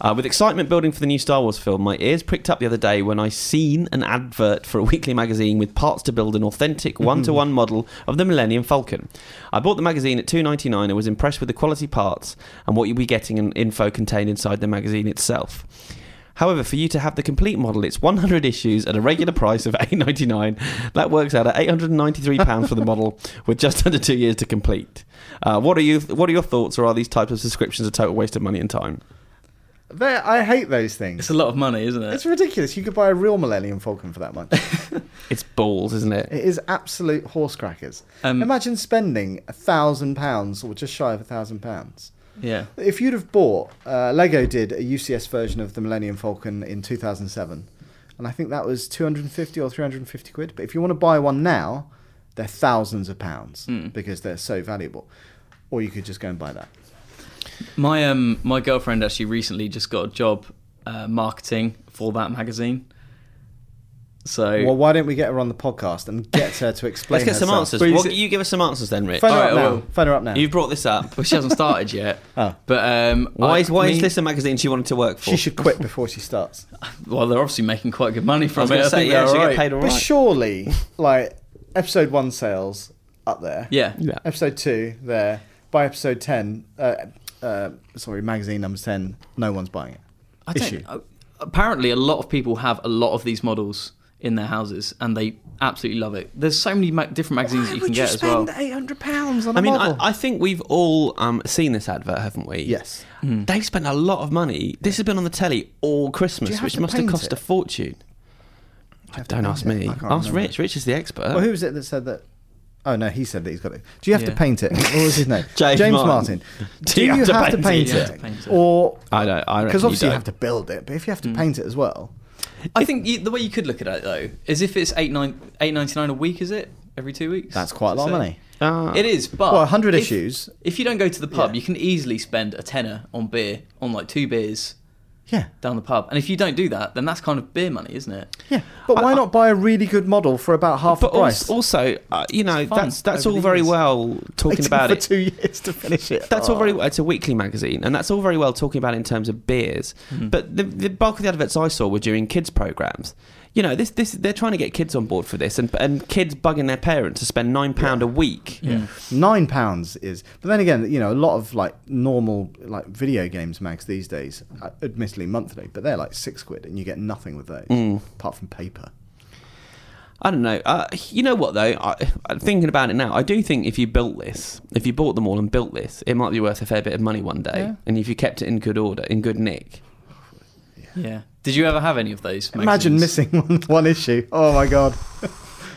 Speaker 2: Uh, with excitement building for the new Star Wars film, my ears pricked up the other day when I seen an advert for a weekly magazine with parts to build an authentic one-to-one model of the Millennium Falcon. I bought the magazine at two ninety nine and was impressed with the quality parts and what you'll be getting and info contained inside the magazine itself. However, for you to have the complete model, it's 100 issues at a regular price of 8.99. That works out at 893 pounds for the model, with just under two years to complete. Uh, what are you? What are your thoughts? Or are these types of subscriptions a total waste of money and time?
Speaker 1: There, I hate those
Speaker 3: It's
Speaker 1: things.
Speaker 3: a lot of money,
Speaker 2: uh,
Speaker 3: isn't it?
Speaker 1: It's ridiculous. You could buy a real Millennium Falcon for that much.
Speaker 2: It's balls, isn't it?
Speaker 1: it is absolute horse crackers.
Speaker 2: Mm.
Speaker 3: Um,
Speaker 1: Imagine spending a thousand pounds, or just shy of a thousand pounds.
Speaker 3: yeah.
Speaker 1: If you'd have bought, uh, Lego did a UCS version of the Millennium Falcon in 2007, and I think that was 250 or 350 quid. But if you want to buy one now, they're thousands of pounds
Speaker 2: Hmm.
Speaker 1: because they're so valuable. Or you could just go and buy that.
Speaker 3: My um my girlfriend actually recently just got a job uh, marketing for that magazine. So
Speaker 1: Well, why don't we get her on the podcast and get her to explain?
Speaker 2: Let's get some
Speaker 1: herself?
Speaker 2: answers.
Speaker 3: Please-
Speaker 2: What, you give us some answers then, Rich.
Speaker 1: Phone her
Speaker 3: All right,
Speaker 1: up
Speaker 3: I
Speaker 1: now.
Speaker 3: will.
Speaker 1: Phone her up now.
Speaker 2: You've brought this up.
Speaker 3: but she hasn't started yet.
Speaker 1: Oh.
Speaker 3: But um,
Speaker 2: Ah. Why
Speaker 3: I
Speaker 2: is why
Speaker 3: mean-
Speaker 2: is this a magazine she wanted to work for?
Speaker 1: She should quit before she starts.
Speaker 3: Well, they're obviously making quite good money
Speaker 2: I
Speaker 3: from
Speaker 2: was
Speaker 3: it.
Speaker 2: going
Speaker 3: I
Speaker 2: to say
Speaker 3: think
Speaker 2: yeah,
Speaker 3: they're
Speaker 2: she
Speaker 3: all
Speaker 2: get
Speaker 3: right.
Speaker 2: paid all
Speaker 1: But
Speaker 2: right.
Speaker 1: surely, like episode one sales up there.
Speaker 3: Yeah.
Speaker 2: Yeah.
Speaker 1: Episode two there. By episode ten, uh, uh, sorry, magazine number ten, no one's buying it.
Speaker 3: I don't,
Speaker 1: Issue.
Speaker 3: uh, apparently, a lot of people have a lot of these models in their houses, and they absolutely love it. There's so many ma- different magazines that you can get as well.
Speaker 1: eight hundred pounds on
Speaker 2: I mean, I, I think we've all um, seen this advert, haven't we? Mm.
Speaker 1: yes.
Speaker 3: Hmm.
Speaker 2: They've spent a lot of money. This has been on the telly
Speaker 1: Do
Speaker 2: all
Speaker 1: you
Speaker 2: Christmas,
Speaker 1: have
Speaker 2: which
Speaker 1: to
Speaker 2: must have
Speaker 1: paint
Speaker 2: cost
Speaker 1: it?
Speaker 2: a fortune.
Speaker 1: have to
Speaker 2: Don't
Speaker 1: paint
Speaker 2: ask
Speaker 1: it?
Speaker 2: me.
Speaker 1: I can't
Speaker 2: Ask
Speaker 1: remember.
Speaker 2: Rich. Rich is the expert.
Speaker 1: Well, who was it that said that? Oh no, he said that he's got it. Do you have to
Speaker 3: Yeah.
Speaker 1: paint it? What was his name?
Speaker 2: James
Speaker 1: Martin.
Speaker 2: Martin.
Speaker 1: Do you have to paint
Speaker 3: You have to
Speaker 1: it,
Speaker 3: paint it.
Speaker 1: or
Speaker 2: I don't. I
Speaker 1: because
Speaker 2: reckon
Speaker 1: obviously
Speaker 2: you
Speaker 1: you
Speaker 2: don't.
Speaker 1: have to build it, but if you have to paint it as well,
Speaker 3: I think you, the way you could look at it though is if it's eight nine eight ninety nine a week, is it every two weeks?
Speaker 1: that's quite a
Speaker 3: Does
Speaker 1: lot of
Speaker 3: it say?
Speaker 1: money.
Speaker 2: Ah.
Speaker 3: It is, but
Speaker 1: Well, 100
Speaker 3: if-
Speaker 1: issues.
Speaker 3: If you don't go to the pub,
Speaker 1: Yeah.
Speaker 3: you can easily spend a tenner on beer, on like two beers
Speaker 1: Yeah.
Speaker 3: down the pub. And if you don't do that, then that's kind of beer money, isn't it?
Speaker 1: Yeah, but
Speaker 2: I-
Speaker 1: why
Speaker 2: I-
Speaker 1: not buy a really good model for about half
Speaker 2: But
Speaker 1: the price?
Speaker 2: als- also, uh, you know,
Speaker 3: It's fun
Speaker 2: that's that's
Speaker 3: over
Speaker 2: all
Speaker 3: the
Speaker 2: very
Speaker 3: years.
Speaker 2: well talking
Speaker 1: Waiting
Speaker 2: about
Speaker 1: for
Speaker 2: it.
Speaker 1: two years to finish it.
Speaker 2: That's all very.
Speaker 1: Oh.
Speaker 2: well. It's a weekly magazine, and that's all very well talking about in terms of beers.
Speaker 1: Hmm.
Speaker 2: But the, the bulk of the adverts I saw were during kids' programs. You know, this this they're trying to get kids on board for this, and and kids bugging their parents to spend nine pound a week.
Speaker 3: Hmm.
Speaker 1: Nine pounds is, but then again, you know, a lot of like normal like video games mags these days, uh, admittedly monthly, but they're like six quid, and you get nothing with those
Speaker 2: Mm.
Speaker 1: apart from paper.
Speaker 2: I don't know. Uh, you know what though? I, I'm thinking about it now. I do think if you built this, if you bought them all and built this, it might be worth a fair bit of money one day.
Speaker 1: Yeah.
Speaker 2: And if you kept it in good order, in good nick.
Speaker 3: Yeah. Did you ever have any of those?
Speaker 1: Imagine
Speaker 3: magazines?
Speaker 1: missing one, one issue. Oh my god!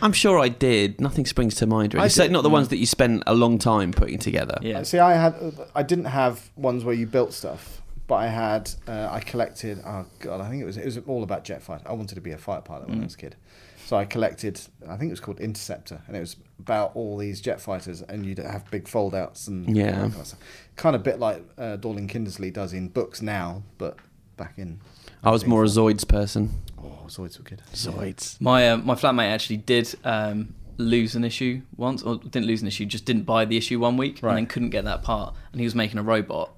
Speaker 2: I'm sure I did. Nothing springs to mind.
Speaker 1: I
Speaker 2: Really. So
Speaker 1: did.
Speaker 2: not the ones that you spent a long time putting together.
Speaker 3: Yeah.
Speaker 1: See, I had, I didn't have ones where you built stuff, but I had, uh, I collected. Oh god, I think it was it was all about jet fighter. I wanted to be a fighter pilot when I was a kid, so I collected. I think it was called Interceptor, and it was about all these jet fighters, and you'd have big foldouts and all that
Speaker 2: Yeah.
Speaker 1: kind of, stuff. kind of bit like uh, Dorling Kindersley does in books now, but back in.
Speaker 2: I was more a Zoids person.
Speaker 1: Oh, Zoids were good.
Speaker 2: Zoids.
Speaker 3: My uh, my flatmate actually did um, lose an issue once, or didn't lose an issue, just didn't buy the issue one week,
Speaker 1: Right.
Speaker 3: and then couldn't get that part, and he was making a robot,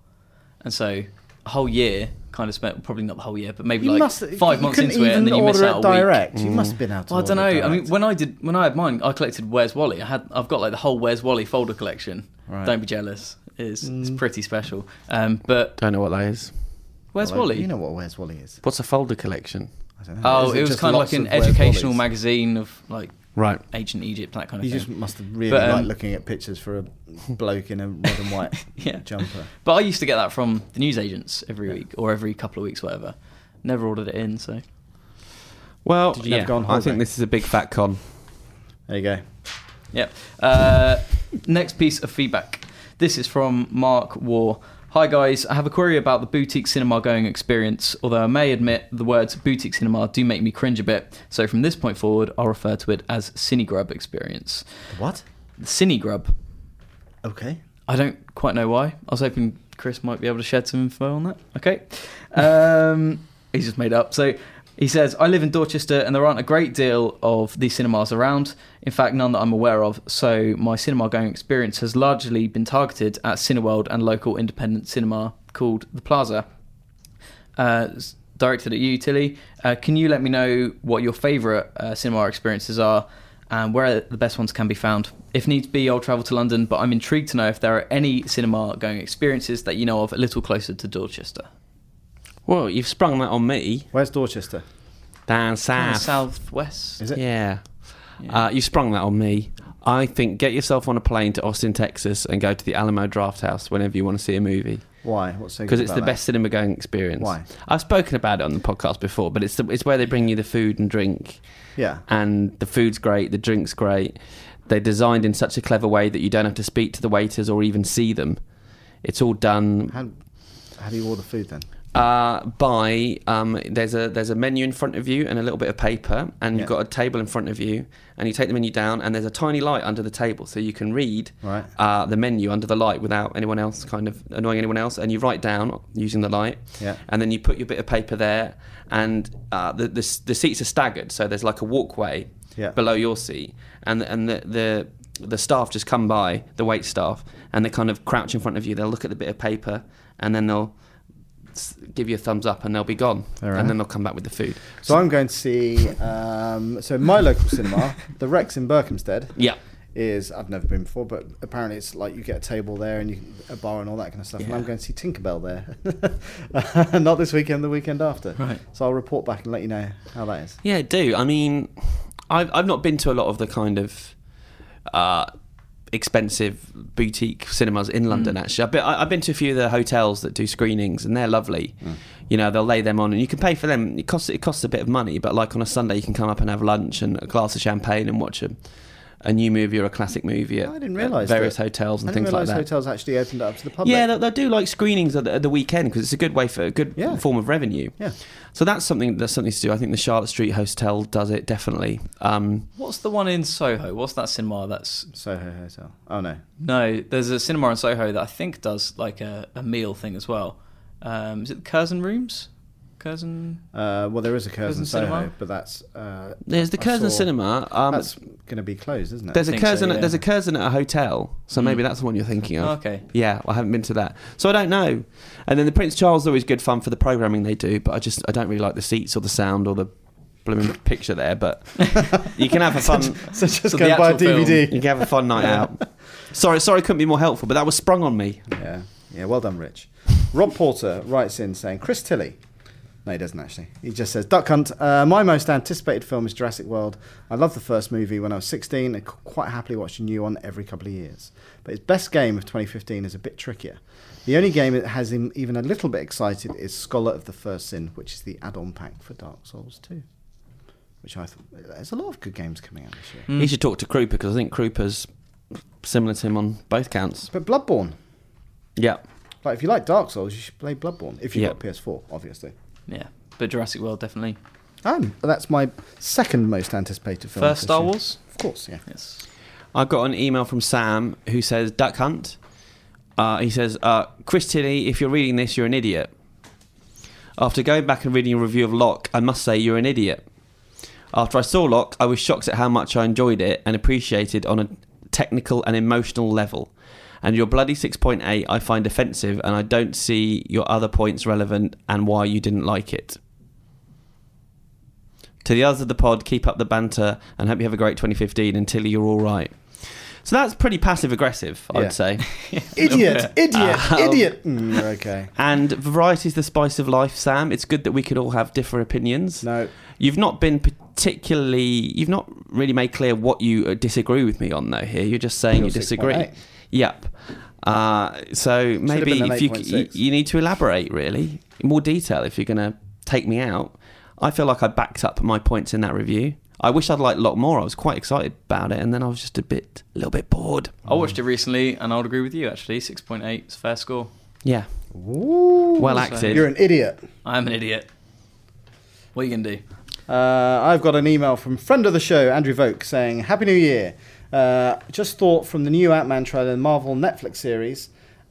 Speaker 3: and so a whole year kind of spent probably not the whole year, but maybe like five months
Speaker 1: couldn't
Speaker 3: into it, and then you miss
Speaker 1: order
Speaker 3: out a
Speaker 1: it
Speaker 3: direct.
Speaker 1: direct. You must have been out. to
Speaker 3: Well, I don't know.
Speaker 1: order it
Speaker 3: I mean,
Speaker 1: direct.
Speaker 3: when I did, when I had mine, I collected Where's Wally. I had, I've got like the whole Where's Wally folder collection.
Speaker 1: Right. Mm.
Speaker 3: Don't be jealous. It's it's pretty special. Um, but
Speaker 2: Don't know what that is.
Speaker 3: Where's
Speaker 1: Well,
Speaker 3: Wally?
Speaker 1: You know what Where's Wally is?
Speaker 2: What's a folder collection?
Speaker 1: I don't know.
Speaker 3: oh,
Speaker 1: Is
Speaker 3: it was
Speaker 1: just
Speaker 3: kind of
Speaker 1: lots
Speaker 3: like an
Speaker 1: Where's
Speaker 3: educational
Speaker 1: Wallies?
Speaker 3: magazine of like
Speaker 2: Right.
Speaker 3: ancient Egypt, that kind of
Speaker 1: You
Speaker 3: thing.
Speaker 1: just must have really
Speaker 3: But, um,
Speaker 1: liked looking at pictures for a bloke in a red and white
Speaker 3: Yeah.
Speaker 1: jumper.
Speaker 3: But I used to get that from the newsagents every week or every couple of weeks, whatever. Never ordered it in, so
Speaker 2: Well,
Speaker 1: Did you never
Speaker 2: yeah,
Speaker 1: go on
Speaker 2: I
Speaker 1: holiday?
Speaker 2: think this is a big fat con.
Speaker 1: There you go.
Speaker 3: Yep. Uh, next piece of feedback. This is from Mark War. Hi guys, I have a query about the boutique cinema going experience. Although I may admit the words boutique cinema do make me cringe a bit, so from this point forward, I'll refer to it as Cinegrub experience.
Speaker 1: What?
Speaker 3: Cinegrub.
Speaker 1: Okay.
Speaker 3: I don't quite know why. I was hoping Chris might be able to shed some info on that. Okay. Um, he's just made up. So he says, I live in Dorchester and there aren't a great deal of these cinemas around. In fact, none that I'm aware of. So my cinema going experience has largely been targeted at Cineworld and local independent cinema called The Plaza. Uh, s- directed at you, Tilly. Uh, can you let me know what your favourite uh, cinema experiences are and where the best ones can be found? If needs be, I'll travel to London, but I'm intrigued to know if there are any cinema going experiences that you know of a little closer to Dorchester.
Speaker 2: Well, you've sprung that on me.
Speaker 1: Where's Dorchester?
Speaker 2: Down south.
Speaker 3: Southwest.
Speaker 1: Is it?
Speaker 2: Yeah. Uh, you sprung that on me. I think get yourself on a plane to Austin, Texas, and go to the Alamo Draft House whenever you want to see a movie.
Speaker 1: Why? What's so good
Speaker 2: Because it's
Speaker 1: about
Speaker 2: the
Speaker 1: that?
Speaker 2: best cinema going experience.
Speaker 1: Why?
Speaker 2: I've spoken about it on the podcast before, but it's the, it's where they bring you the food and drink,
Speaker 1: Yeah.
Speaker 2: and the food's great, the drink's great. They're designed in such a clever way that you don't have to speak to the waiters or even see them. It's all done
Speaker 1: How, how do you order food then?
Speaker 2: uh, by um, there's a there's a menu in front of you and a little bit of paper, and you've
Speaker 1: Yeah.
Speaker 2: got a table in front of you, and you take the menu down, and there's a tiny light under the table, so you can read
Speaker 1: Right.
Speaker 2: uh, the menu under the light without anyone else kind of annoying anyone else, and you write down using the light,
Speaker 1: Yeah.
Speaker 2: and then you put your bit of paper there, and uh, the, the s- the seats are staggered, so there's like a walkway
Speaker 1: Yeah.
Speaker 2: below your seat, and and the, the the staff just come by, the wait staff, and they kind of crouch in front of you. They'll look at the bit of paper, and then they'll s- give you a thumbs up, and they'll be gone,
Speaker 1: All right.
Speaker 2: and then they'll come back with the food.
Speaker 1: So I'm going to see. Um, so my local cinema, the Rex in Berkhamsted,
Speaker 2: Yeah,
Speaker 1: is I've never been before, but apparently it's like you get a table there and you can, a bar and all that kind of stuff. And I'm
Speaker 2: Yeah.
Speaker 1: going to see Tinkerbell there, not this weekend, the weekend after.
Speaker 3: Right.
Speaker 1: So I'll report back and let you know how that is.
Speaker 2: yeah, do I mean, I've I've not been to a lot of the kind of. Uh, expensive boutique cinemas in London
Speaker 1: Mm.
Speaker 2: actually I've been, I- I've been to a few of the hotels that do screenings and they're lovely
Speaker 1: Mm.
Speaker 2: you know they'll lay them on and you can pay for them it costs it costs a bit of money but like on a Sunday you can come up and have lunch and a glass of champagne and watch a, a new movie or a classic movie at,
Speaker 1: I didn't
Speaker 2: at
Speaker 1: realise
Speaker 2: various
Speaker 1: that.
Speaker 2: hotels and
Speaker 1: I didn't
Speaker 2: things like
Speaker 1: realise
Speaker 2: that
Speaker 1: hotels actually opened it up to the public.
Speaker 2: yeah they'll, they'll do like screenings at the, at the weekend because it's a good way for a good
Speaker 1: Yeah.
Speaker 2: form of revenue
Speaker 1: Yeah.
Speaker 2: so that's something that's something to do I think the Charlotte Street Hotel does it definitely um,
Speaker 3: What's the one in Soho? What's that cinema that's.
Speaker 1: Soho Hotel. Oh no.
Speaker 3: No, there's a cinema in Soho that I think does like a, a meal thing as well. Um, is it Curzon Rooms? Curzon.
Speaker 1: Uh, well, there is a Curzon
Speaker 3: Curzon
Speaker 1: Soho,
Speaker 3: Cinema?
Speaker 1: but that's uh,
Speaker 2: there's the
Speaker 1: I
Speaker 2: Curzon
Speaker 1: saw-
Speaker 2: Cinema um,
Speaker 1: that's going to be closed, isn't it?
Speaker 2: There's a
Speaker 3: think so,
Speaker 2: Curzon.
Speaker 3: yeah.
Speaker 2: There's a Curzon at a hotel,
Speaker 1: Hmm.
Speaker 2: so maybe
Speaker 3: Mm.
Speaker 2: that's the one you're thinking of.
Speaker 3: Okay.
Speaker 2: Yeah, I haven't been to that, so I don't know. And then the Prince Charles is always good fun for the programming they do, but I just I don't really like the seats or the sound or the blooming picture there. But you can have a fun.
Speaker 1: so just
Speaker 3: So
Speaker 1: go
Speaker 3: the
Speaker 1: and buy a
Speaker 3: actual film-
Speaker 1: DVD.
Speaker 2: You can have a fun night out. Sorry, sorry, couldn't be more helpful, but that was sprung on me.
Speaker 1: Yeah, yeah. Well done, Rich. Rob Porter writes in saying Chris Tilly. No, he doesn't actually. He just says Duck Hunt. Uh, my most anticipated film is Jurassic World. I loved the first movie when I was 16 and c- quite happily watched a new one every couple of years. But his best game of 2015 is a bit trickier. The only game that has him even a little bit excited is Scholar of the First Sin, which is the add-on pack for Dark Souls 2. Which I thought there's a lot of good games coming out this year.
Speaker 3: Hmm.
Speaker 2: You should talk to Krupa because I think Krupa's similar to him on both counts.
Speaker 1: But Bloodborne,
Speaker 2: Yeah,
Speaker 1: like if you like Dark Souls, you should play Bloodborne if you've
Speaker 2: Yeah.
Speaker 1: got PS4, obviously.
Speaker 3: Yeah, but Jurassic World definitely.
Speaker 1: Um, that's my second most anticipated film.
Speaker 3: First
Speaker 1: this
Speaker 3: Star
Speaker 1: year.
Speaker 3: Wars?
Speaker 1: Of course, yeah.
Speaker 3: Yes.
Speaker 2: I got an email from Sam who says Duck Hunt. Uh, he says, uh, Chris Tilly, if you're reading this, you're an idiot. After going back and reading a review of Locke, I must say you're an idiot. After I saw Locke, I was shocked at how much I enjoyed it and appreciated on a technical and emotional level. And your bloody 6.8 I find offensive, and I don't see your other points relevant and why you didn't like it. To the others of the pod, keep up the banter and hope you have a great 2015 and Tilly, you're all right. So that's pretty passive aggressive,
Speaker 1: Yeah.
Speaker 2: I'd say.
Speaker 1: Idiot, idiot,
Speaker 2: Um,
Speaker 1: idiot. Mm, you're okay.
Speaker 2: And variety is the spice of life, Sam. It's good that we could all have different opinions.
Speaker 1: No,
Speaker 2: You've not been particularly, you've not really made clear what you uh, disagree with me on, though, here. You're just saying
Speaker 1: You're
Speaker 2: you disagree.
Speaker 1: 6.8.
Speaker 2: Yep. Uh, so maybe
Speaker 1: been an
Speaker 2: if you,
Speaker 1: 8.6.
Speaker 2: you need to elaborate, really, in more detail if you're going to take me out. I feel like I backed up my points in that review. I wish I'd liked a lot more. I was quite excited about it, and then I was just a bit, a little bit bored.
Speaker 3: I watched it recently, and I would agree with you. Actually, six point eight is a fair score.
Speaker 2: Yeah, well acted.
Speaker 1: You're an idiot.
Speaker 3: I am an idiot. What are you gonna do?
Speaker 1: Uh, I've got an email from friend of the show, Andrew Voke, saying, Happy New Year. Uh, just thought from the new Ant-Man trailer and Marvel Netflix series,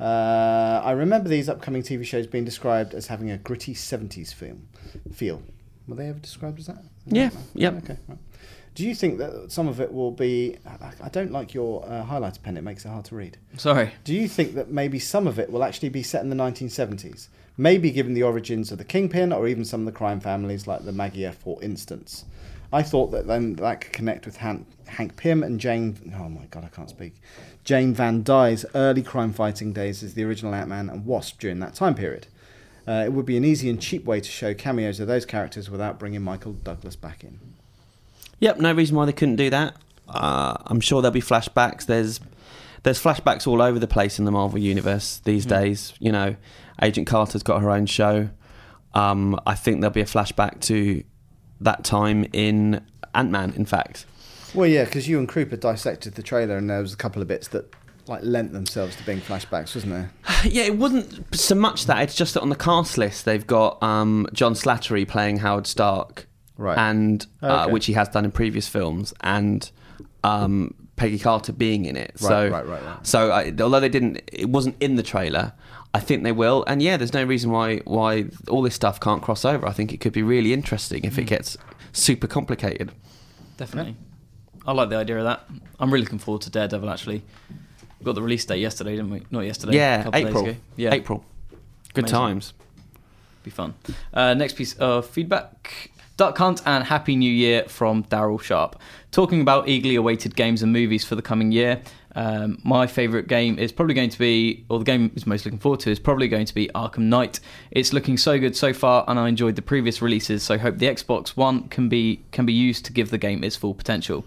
Speaker 1: uh, I remember these upcoming TV shows being described as having a gritty 70s film, feel. Were they ever described as that?
Speaker 2: Yeah,
Speaker 1: Ant-Man?
Speaker 2: yep.
Speaker 1: Okay. right. Do you think that some of it will be... I- I don't like your uh, highlighter pen, it makes it hard to read.
Speaker 3: Sorry.
Speaker 1: Do you think that maybe some of it will actually be set in the 1970s? Maybe given the origins of the Kingpin or even some of the crime families like the Magyar, for instance. I thought that then that could connect with Han- Hank Pym and Jane. Oh my God, I can't speak. Jane Van Dyke's early crime fighting days as the original Ant Man and Wasp during that time period. Uh, it would be an easy and cheap way to show cameos of those characters without bringing Michael Douglas back in.
Speaker 2: Yep, no reason why they couldn't do that. Uh, I'm sure there'll be flashbacks. There's there's flashbacks all over the place in the Marvel universe these days. You know, Agent Carter's got her own show. Um, I think there'll be a flashback to that time in Ant Man. In fact,
Speaker 1: Well, yeah, because you and Krupa dissected the trailer, and there was a couple of bits that like lent themselves to being flashbacks, wasn't there?
Speaker 2: yeah, it wasn't so much that. It's just that on the cast list they've got um, John Slattery playing Howard Stark,
Speaker 1: Right. Oh,
Speaker 2: And uh,
Speaker 1: Okay.
Speaker 2: which he has done in previous films, and um, Peggy Carter being in it. so,
Speaker 1: right, right, right.
Speaker 2: So, I, although they didn't, it wasn't in the trailer. I think they will, and yeah, there's no reason why why all this stuff can't cross over. I think it could be really interesting if it
Speaker 3: Hmm.
Speaker 2: gets super complicated.
Speaker 3: Definitely. I like the idea of that. I'm really looking forward to Daredevil. Actually, we got the release date yesterday, didn't we? Not yesterday. a
Speaker 2: yeah,
Speaker 3: couple of days
Speaker 2: April.
Speaker 3: ago. Yeah,
Speaker 2: April. Good
Speaker 3: Amazing.
Speaker 2: times.
Speaker 3: Be fun. Uh, next piece of feedback. Duck Hunt and Happy New Year from Daryl Sharp. Talking about eagerly awaited games and movies for the coming year. Um, my favourite game is probably going to be, or the game is most looking forward to, is probably going to be Arkham Knight. It's looking so good so far, and I enjoyed the previous releases. So hope the Xbox One can be can be used to give the game its full potential.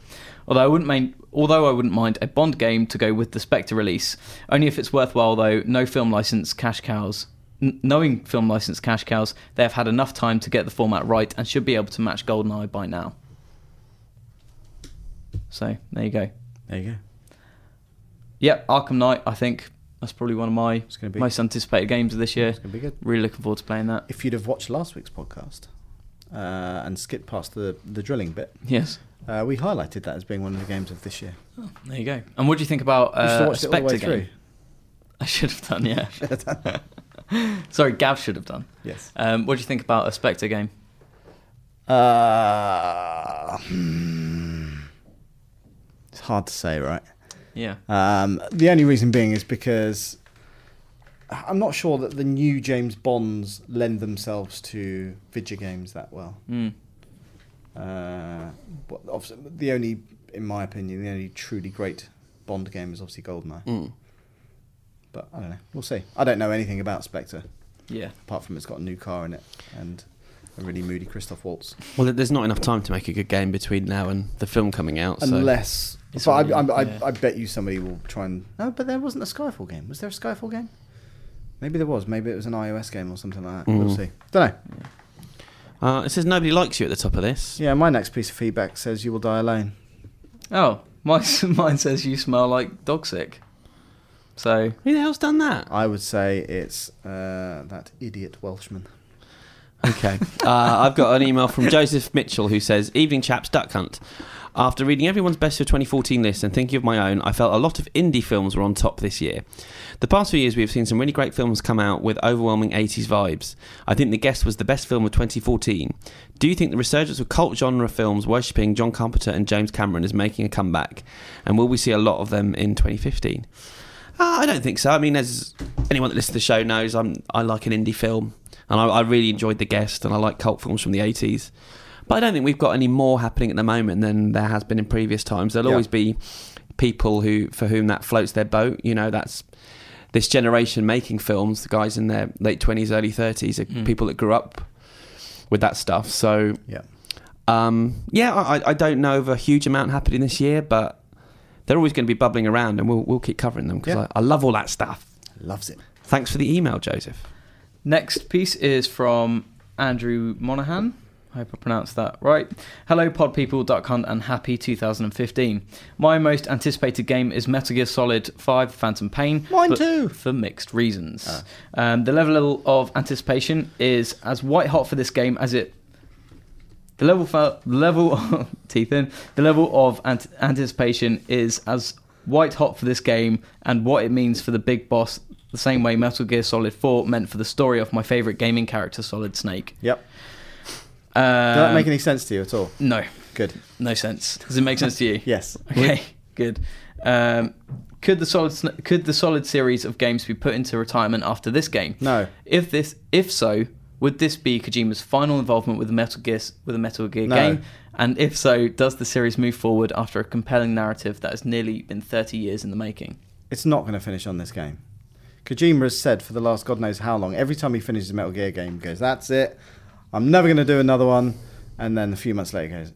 Speaker 3: Although I wouldn't mind, although I wouldn't mind a Bond game to go with the Spectre release. Only if it's worthwhile though. No film license, cash cows. N- knowing film license cash cows, they have had enough time to get the format right and should be able to match GoldenEye by now. So there you go.
Speaker 1: There you go.
Speaker 3: Yep, Arkham Knight. I think that's probably one of my
Speaker 1: It's gonna be-
Speaker 3: most anticipated games of this year.
Speaker 1: It's gonna be good.
Speaker 3: Really looking forward to playing that.
Speaker 1: If you'd have watched last week's podcast uh, and skipped past the the drilling bit,
Speaker 3: Yes.
Speaker 1: uh, we highlighted that as being one of the games of this year.
Speaker 3: There you go. And what do you think about
Speaker 1: You should have
Speaker 3: uh,
Speaker 1: watched it all the
Speaker 3: Spectre
Speaker 1: way
Speaker 3: game?
Speaker 1: through.
Speaker 3: I should have done. Yeah. Sorry, Gav should have done.
Speaker 1: Yes.
Speaker 3: Um, what do you think about a Spectre game?
Speaker 1: Uh, hmm. it's hard to say, right?
Speaker 3: Yeah.
Speaker 1: Um, the only reason being is because I'm not sure that the new James Bonds lend themselves to video games that well.
Speaker 3: Mm.
Speaker 1: Uh, but obviously, the only, in my opinion, the only truly great Bond game is obviously Goldeneye.
Speaker 2: Mm.
Speaker 1: But I don't know. We'll see. I don't know anything about Spectre
Speaker 3: Yeah.
Speaker 1: apart from it's got a new car in it and a really moody Christoph Waltz.
Speaker 2: Well, there's not enough time to make a good game between now and the film coming out. So.
Speaker 1: Unless,
Speaker 3: It's
Speaker 1: but I,
Speaker 3: really-
Speaker 1: I, I,
Speaker 3: yeah.
Speaker 1: I bet you somebody will try and. No, but there wasn't a Skyfall game. Was there a Skyfall game? Maybe there was. Maybe it was an iOS game or something like that. We'll
Speaker 2: Mm.
Speaker 1: see. Don't know.
Speaker 2: Uh, it says nobody likes you at the top of this.
Speaker 1: Yeah, my next piece of feedback says you will die alone.
Speaker 3: Oh, mine, mine says you smell like dog sick. So
Speaker 2: Who the hell's done that?
Speaker 1: I would say it's uh, that idiot Welshman.
Speaker 2: Okay. uh, I've got an email from Joseph Mitchell who says, Evening chaps, Duck Hunt. After reading everyone's best of 2014 list and thinking of my own, I felt a lot of indie films were on top this year. The past few years, we have seen some really great films come out with overwhelming 80s vibes. I think The Guest was the best film of 2014. Do you think the resurgence of cult genre films worshipping John Carpenter and James Cameron is making a comeback? And will we see a lot of them in 2015? Uh, I don't think so. I mean, as anyone that listens to the show knows, I'm I like an indie film, and I, I really enjoyed The Guest, and I like cult films from the '80s. But I don't think we've got any more happening at the moment than there has been in previous times. There'll
Speaker 1: Yeah.
Speaker 2: always be people who for whom that floats their boat. You know, that's this generation making films. The guys in their late twenties, early thirties, are
Speaker 3: Mm.
Speaker 2: people that grew up with that stuff. So
Speaker 1: Yeah.
Speaker 2: um, yeah, I, I- I don't know of a huge amount happening this year, but they're always going to be bubbling around, and we'll we'll keep covering them because
Speaker 1: Yeah.
Speaker 2: I, I love all that stuff.
Speaker 1: Loves it.
Speaker 2: Thanks for the email, Joseph.
Speaker 3: next piece is from Andrew Monahan. I hope I pronounced that right. Hello, podpeople.com and happy 2015. My most anticipated game is Metal Gear Solid 5 Phantom Pain.
Speaker 1: Mine
Speaker 3: but
Speaker 1: too.
Speaker 3: For mixed reasons.
Speaker 1: Ah.
Speaker 3: Um, the level of anticipation is as white hot for this game as it. The level, fa- level, teeth in. The level of ant- anticipation is as white hot for this game and what it means for the big boss. The same way Metal Gear Solid 4 meant for the story of my favorite gaming character, Solid Snake.
Speaker 1: Yep.
Speaker 3: Um,
Speaker 1: Does that make any sense to you at all?
Speaker 3: No,
Speaker 1: Good.
Speaker 3: no sense. Does it make sense to you?
Speaker 1: Yes.
Speaker 3: Okay, good. Um, could the solid Sn- could the solid series of games be put into retirement after this game?
Speaker 1: No.
Speaker 3: If this if so, would this be Kojima's final involvement with a Metal Gear s- with a Metal Gear
Speaker 1: No.
Speaker 3: game? And if so, does the series move forward after a compelling narrative that has nearly been 30 years in the making?
Speaker 1: It's not going to finish on this game. Kojima has said for the last God knows how long, every time he finishes a Metal Gear game, he goes, That's it. I'm never going to do another one. And then a few months later, he goes,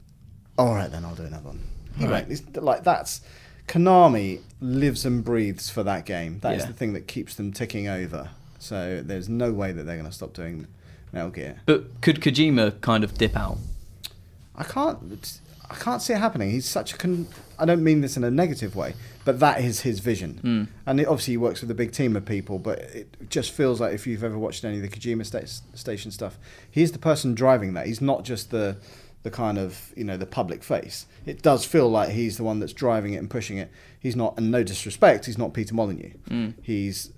Speaker 1: All right, then I'll do another one. You know,
Speaker 3: Right.
Speaker 1: it's like that's Konami lives and breathes for that game. That is
Speaker 3: Yeah.
Speaker 1: the thing that keeps them ticking over. So there's no way that they're going to stop doing Metal Gear.
Speaker 3: But could Kojima kind of dip out?
Speaker 1: I can't. I can't see it happening. He's such a. Con- I don't mean this in a negative way, but that is his vision. Mm. And it, obviously, he works with a big team of people. But it just feels like if you've ever watched any of the Kojima sta- station stuff, he's the person driving that. He's not just the the kind of you know the public face. It does feel like he's the one that's driving it and pushing it. He's not, and no disrespect, he's not Peter Molyneux. He's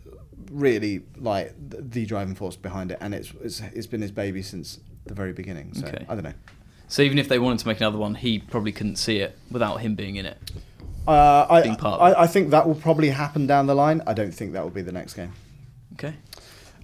Speaker 1: really like th- the driving force behind it, and it's it's, it's been his baby since the very beginning. So
Speaker 3: Okay.
Speaker 1: I don't know.
Speaker 3: So even if they wanted to make another one, he probably couldn't see it without him being in it.
Speaker 1: Uh, I,
Speaker 3: being part of it.
Speaker 1: I, I think that will probably happen down the line. I don't think that will be the next game.
Speaker 3: Okay.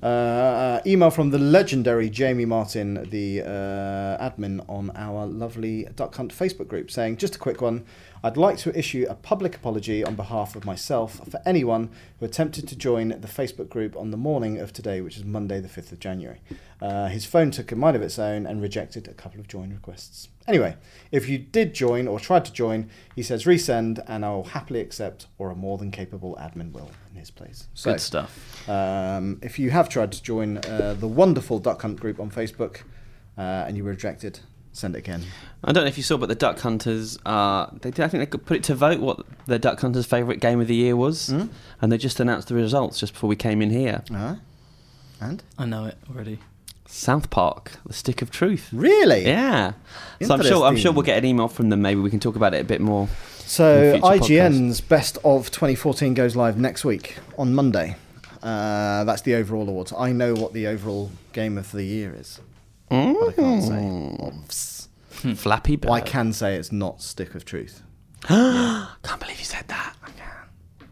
Speaker 1: Uh, uh, email from the legendary Jamie Martin, the uh, admin on our lovely Duck Hunt Facebook group, saying, Just a quick one. I'd like to issue a public apology on behalf of myself for anyone who attempted to join the Facebook group on the morning of today, which is Monday, the 5th of January. Uh, his phone took a mind of its own and rejected a couple of join requests. Anyway, if you did join or tried to join, he says resend and I'll happily accept, or a more than capable admin will in his place. So,
Speaker 3: Good stuff.
Speaker 1: um, if you have tried to join uh, the wonderful Duck Hunt group on Facebook uh, and you were rejected, send it again.
Speaker 2: I don't know if you saw, but the Duck Hunters are. They did, I think they could put it to vote what the Duck Hunters' favourite game of the year was,
Speaker 1: Hmm.
Speaker 2: and they just announced the results just before we came in here.
Speaker 1: Uh, and
Speaker 3: I know it already.
Speaker 2: South Park: The Stick of Truth.
Speaker 1: really,
Speaker 2: Yeah. So I'm sure I'm sure
Speaker 1: Interesting.
Speaker 2: we'll get an email from them. Maybe we can talk about it a bit more.
Speaker 1: So
Speaker 2: In future
Speaker 1: IGN's best of 2014 goes live next week on Monday. Uh, that's the overall awards. I know what the overall game of the year is, but I can't say.
Speaker 2: Mm.
Speaker 1: Obvs.
Speaker 2: Hmm. Flappy Bird.
Speaker 1: Well, I can say it's not Stick of Truth.
Speaker 2: Can't believe you said that. I can.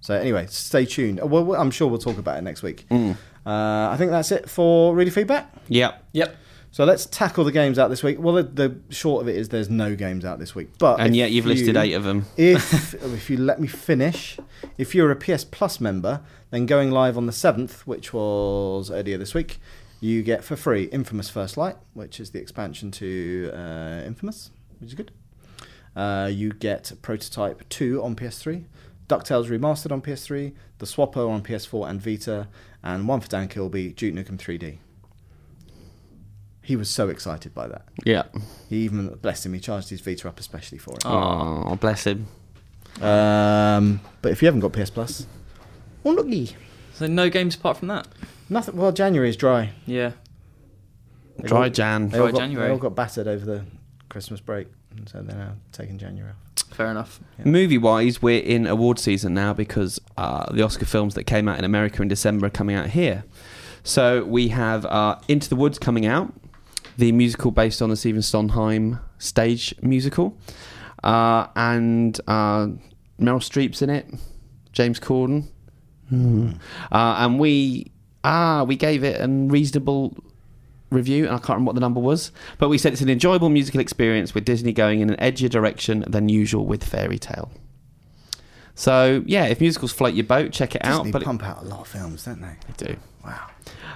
Speaker 1: So anyway, stay tuned. Uh, Well, well, I'm sure we'll talk about it next week.
Speaker 2: Mm.
Speaker 1: Uh, I think that's it for really feedback.
Speaker 2: Yep.
Speaker 3: Yep.
Speaker 1: So let's tackle the games out this week. Well, the, the short of it is there's no games out this week, but Uh,
Speaker 2: And
Speaker 1: if
Speaker 2: yet you've
Speaker 1: you-
Speaker 2: listed eight of them.
Speaker 1: if oh, if you let me finish, if you're a PS Plus member, then going live on the seventh, which was earlier this week, you get for free Infamous First Light, which is the expansion to uh, Infamous, which is good. Uh, you get Prototype Two on PS3, Ducktales Remastered on PS3, The Swapper on PS4 and Vita, and one for Dan Kilby, Duke Nukem 3D. He was so excited by that.
Speaker 2: Yeah.
Speaker 1: He even bless him. He charged his Vita up especially for it.
Speaker 2: Oh, bless him.
Speaker 1: Um, but if you haven't got PS Plus, well, looky,
Speaker 3: So no games apart from that.
Speaker 1: nothing. Well, January is dry.
Speaker 3: Yeah.
Speaker 1: They've
Speaker 2: Mm. Dry
Speaker 1: all-
Speaker 2: Jan.
Speaker 1: They all
Speaker 3: Dry
Speaker 1: got,
Speaker 3: January.
Speaker 1: They all got battered over the Christmas break, and so they're now taking January off.
Speaker 3: Fair enough.
Speaker 2: Movie wise, we're in award season now because uh, the Oscar films that came out in America in December are coming out here. So we have uh, Into the Woods coming out, the musical based on the Stephen Sondheim stage musical, uh, and uh, Meryl Streep's in it, James Corden, Hmm. uh, and we ah we gave it a reasonable review, and I can't remember what the number was, but we said it's an enjoyable musical experience with Disney going in an edgier direction than usual with Fairy Tale. So yeah, if musicals float your boat, check it out.
Speaker 1: Disney
Speaker 2: But it-
Speaker 1: pump out a lot of films, don't they?
Speaker 2: they do.
Speaker 1: Wow.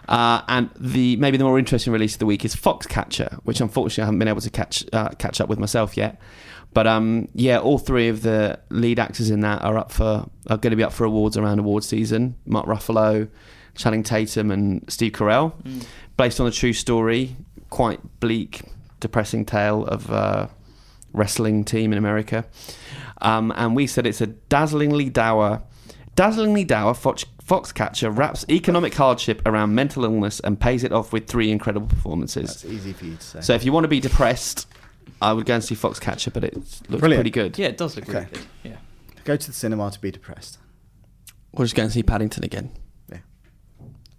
Speaker 2: Uh, and the maybe the more interesting release of the week is Foxcatcher, which unfortunately I haven't been able to catch uh, catch up with myself yet. But um, yeah, all three of the lead actors in that are up for are going to be up for awards around award season. Mark Ruffalo,
Speaker 1: Mm.
Speaker 2: Channing Tatum, and Steve Carell, based on a true story, quite bleak, depressing tale of a wrestling team in America. Um, and we said it's a dazzlingly dour, dazzlingly dour fox, foxcatcher wraps economic hardship around mental illness and pays it off with three incredible performances.
Speaker 1: That's easy for you to say.
Speaker 2: So if you want to be depressed, I would go and see Foxcatcher, but it looks
Speaker 1: Brilliant.
Speaker 2: pretty good.
Speaker 3: Yeah, it does look really
Speaker 1: Okay.
Speaker 3: good. Yeah.
Speaker 1: Go to the cinema to be depressed.
Speaker 2: We'll just go and see Paddington again.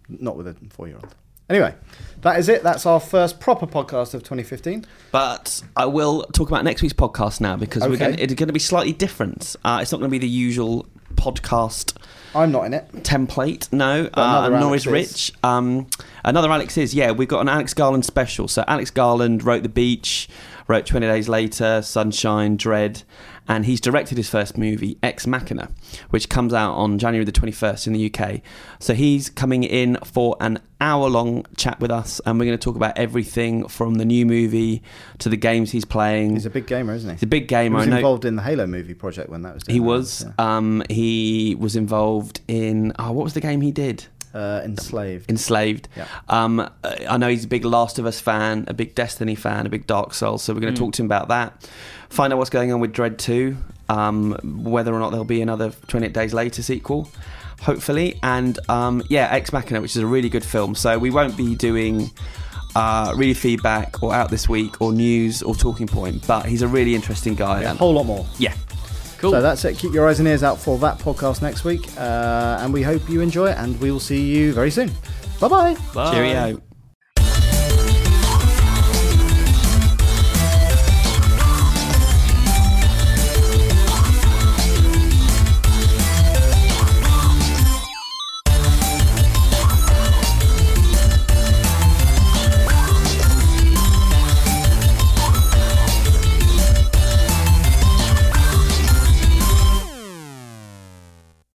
Speaker 1: Not with a four year old. Anyway, that is it. That's our first proper podcast of 2015.
Speaker 2: But I will talk about next week's podcast now because we're
Speaker 1: Okay.
Speaker 2: going it's going to be slightly different. Uh, it's not going to be the usual podcast
Speaker 1: I'm not in it.
Speaker 2: Mm. template. No, uh,
Speaker 1: another
Speaker 2: nor
Speaker 1: Alex
Speaker 2: is Rich. Um, another Alex is yeah. We've got an Alex Garland special. So Alex Garland wrote The Beach, wrote Twenty Days Later, Sunshine, Dread, and he's directed his first movie Ex Machina, which comes out on January the twenty first in the UK. So he's coming in for an hour long chat with us, and we're going to talk about everything from the new movie to the games he's playing.
Speaker 1: He's a big gamer, isn't he?
Speaker 2: He's a big gamer.
Speaker 1: He was
Speaker 2: I know-
Speaker 1: involved in the Halo movie project when that was. doing
Speaker 2: He
Speaker 1: that,
Speaker 2: was.
Speaker 1: yeah.
Speaker 2: Um, he was involved in. Oh, what was the game he did?
Speaker 1: uh, enslaved.
Speaker 2: Enslaved.
Speaker 1: Yeah.
Speaker 2: Um, uh, I know he's a big Last of Us fan, a big Destiny fan, a big Dark Souls. So we're going to talk to him about that. Find out what's going on with Dread Two. Um, whether or not there'll be another 28 Days Later sequel, hopefully. And um, yeah, Ex Machina, which is a really good film. So we won't be doing. Uh, really feedback or out this week or news or talking point, but he's a really interesting guy.
Speaker 1: a
Speaker 2: and-
Speaker 1: whole lot more.
Speaker 2: yeah.
Speaker 3: Cool.
Speaker 1: So that's it. Keep your eyes and ears out for that podcast next week, uh, and we hope you enjoy it. And we will see you very soon. Bye bye.
Speaker 3: Bye.
Speaker 2: Cheerio.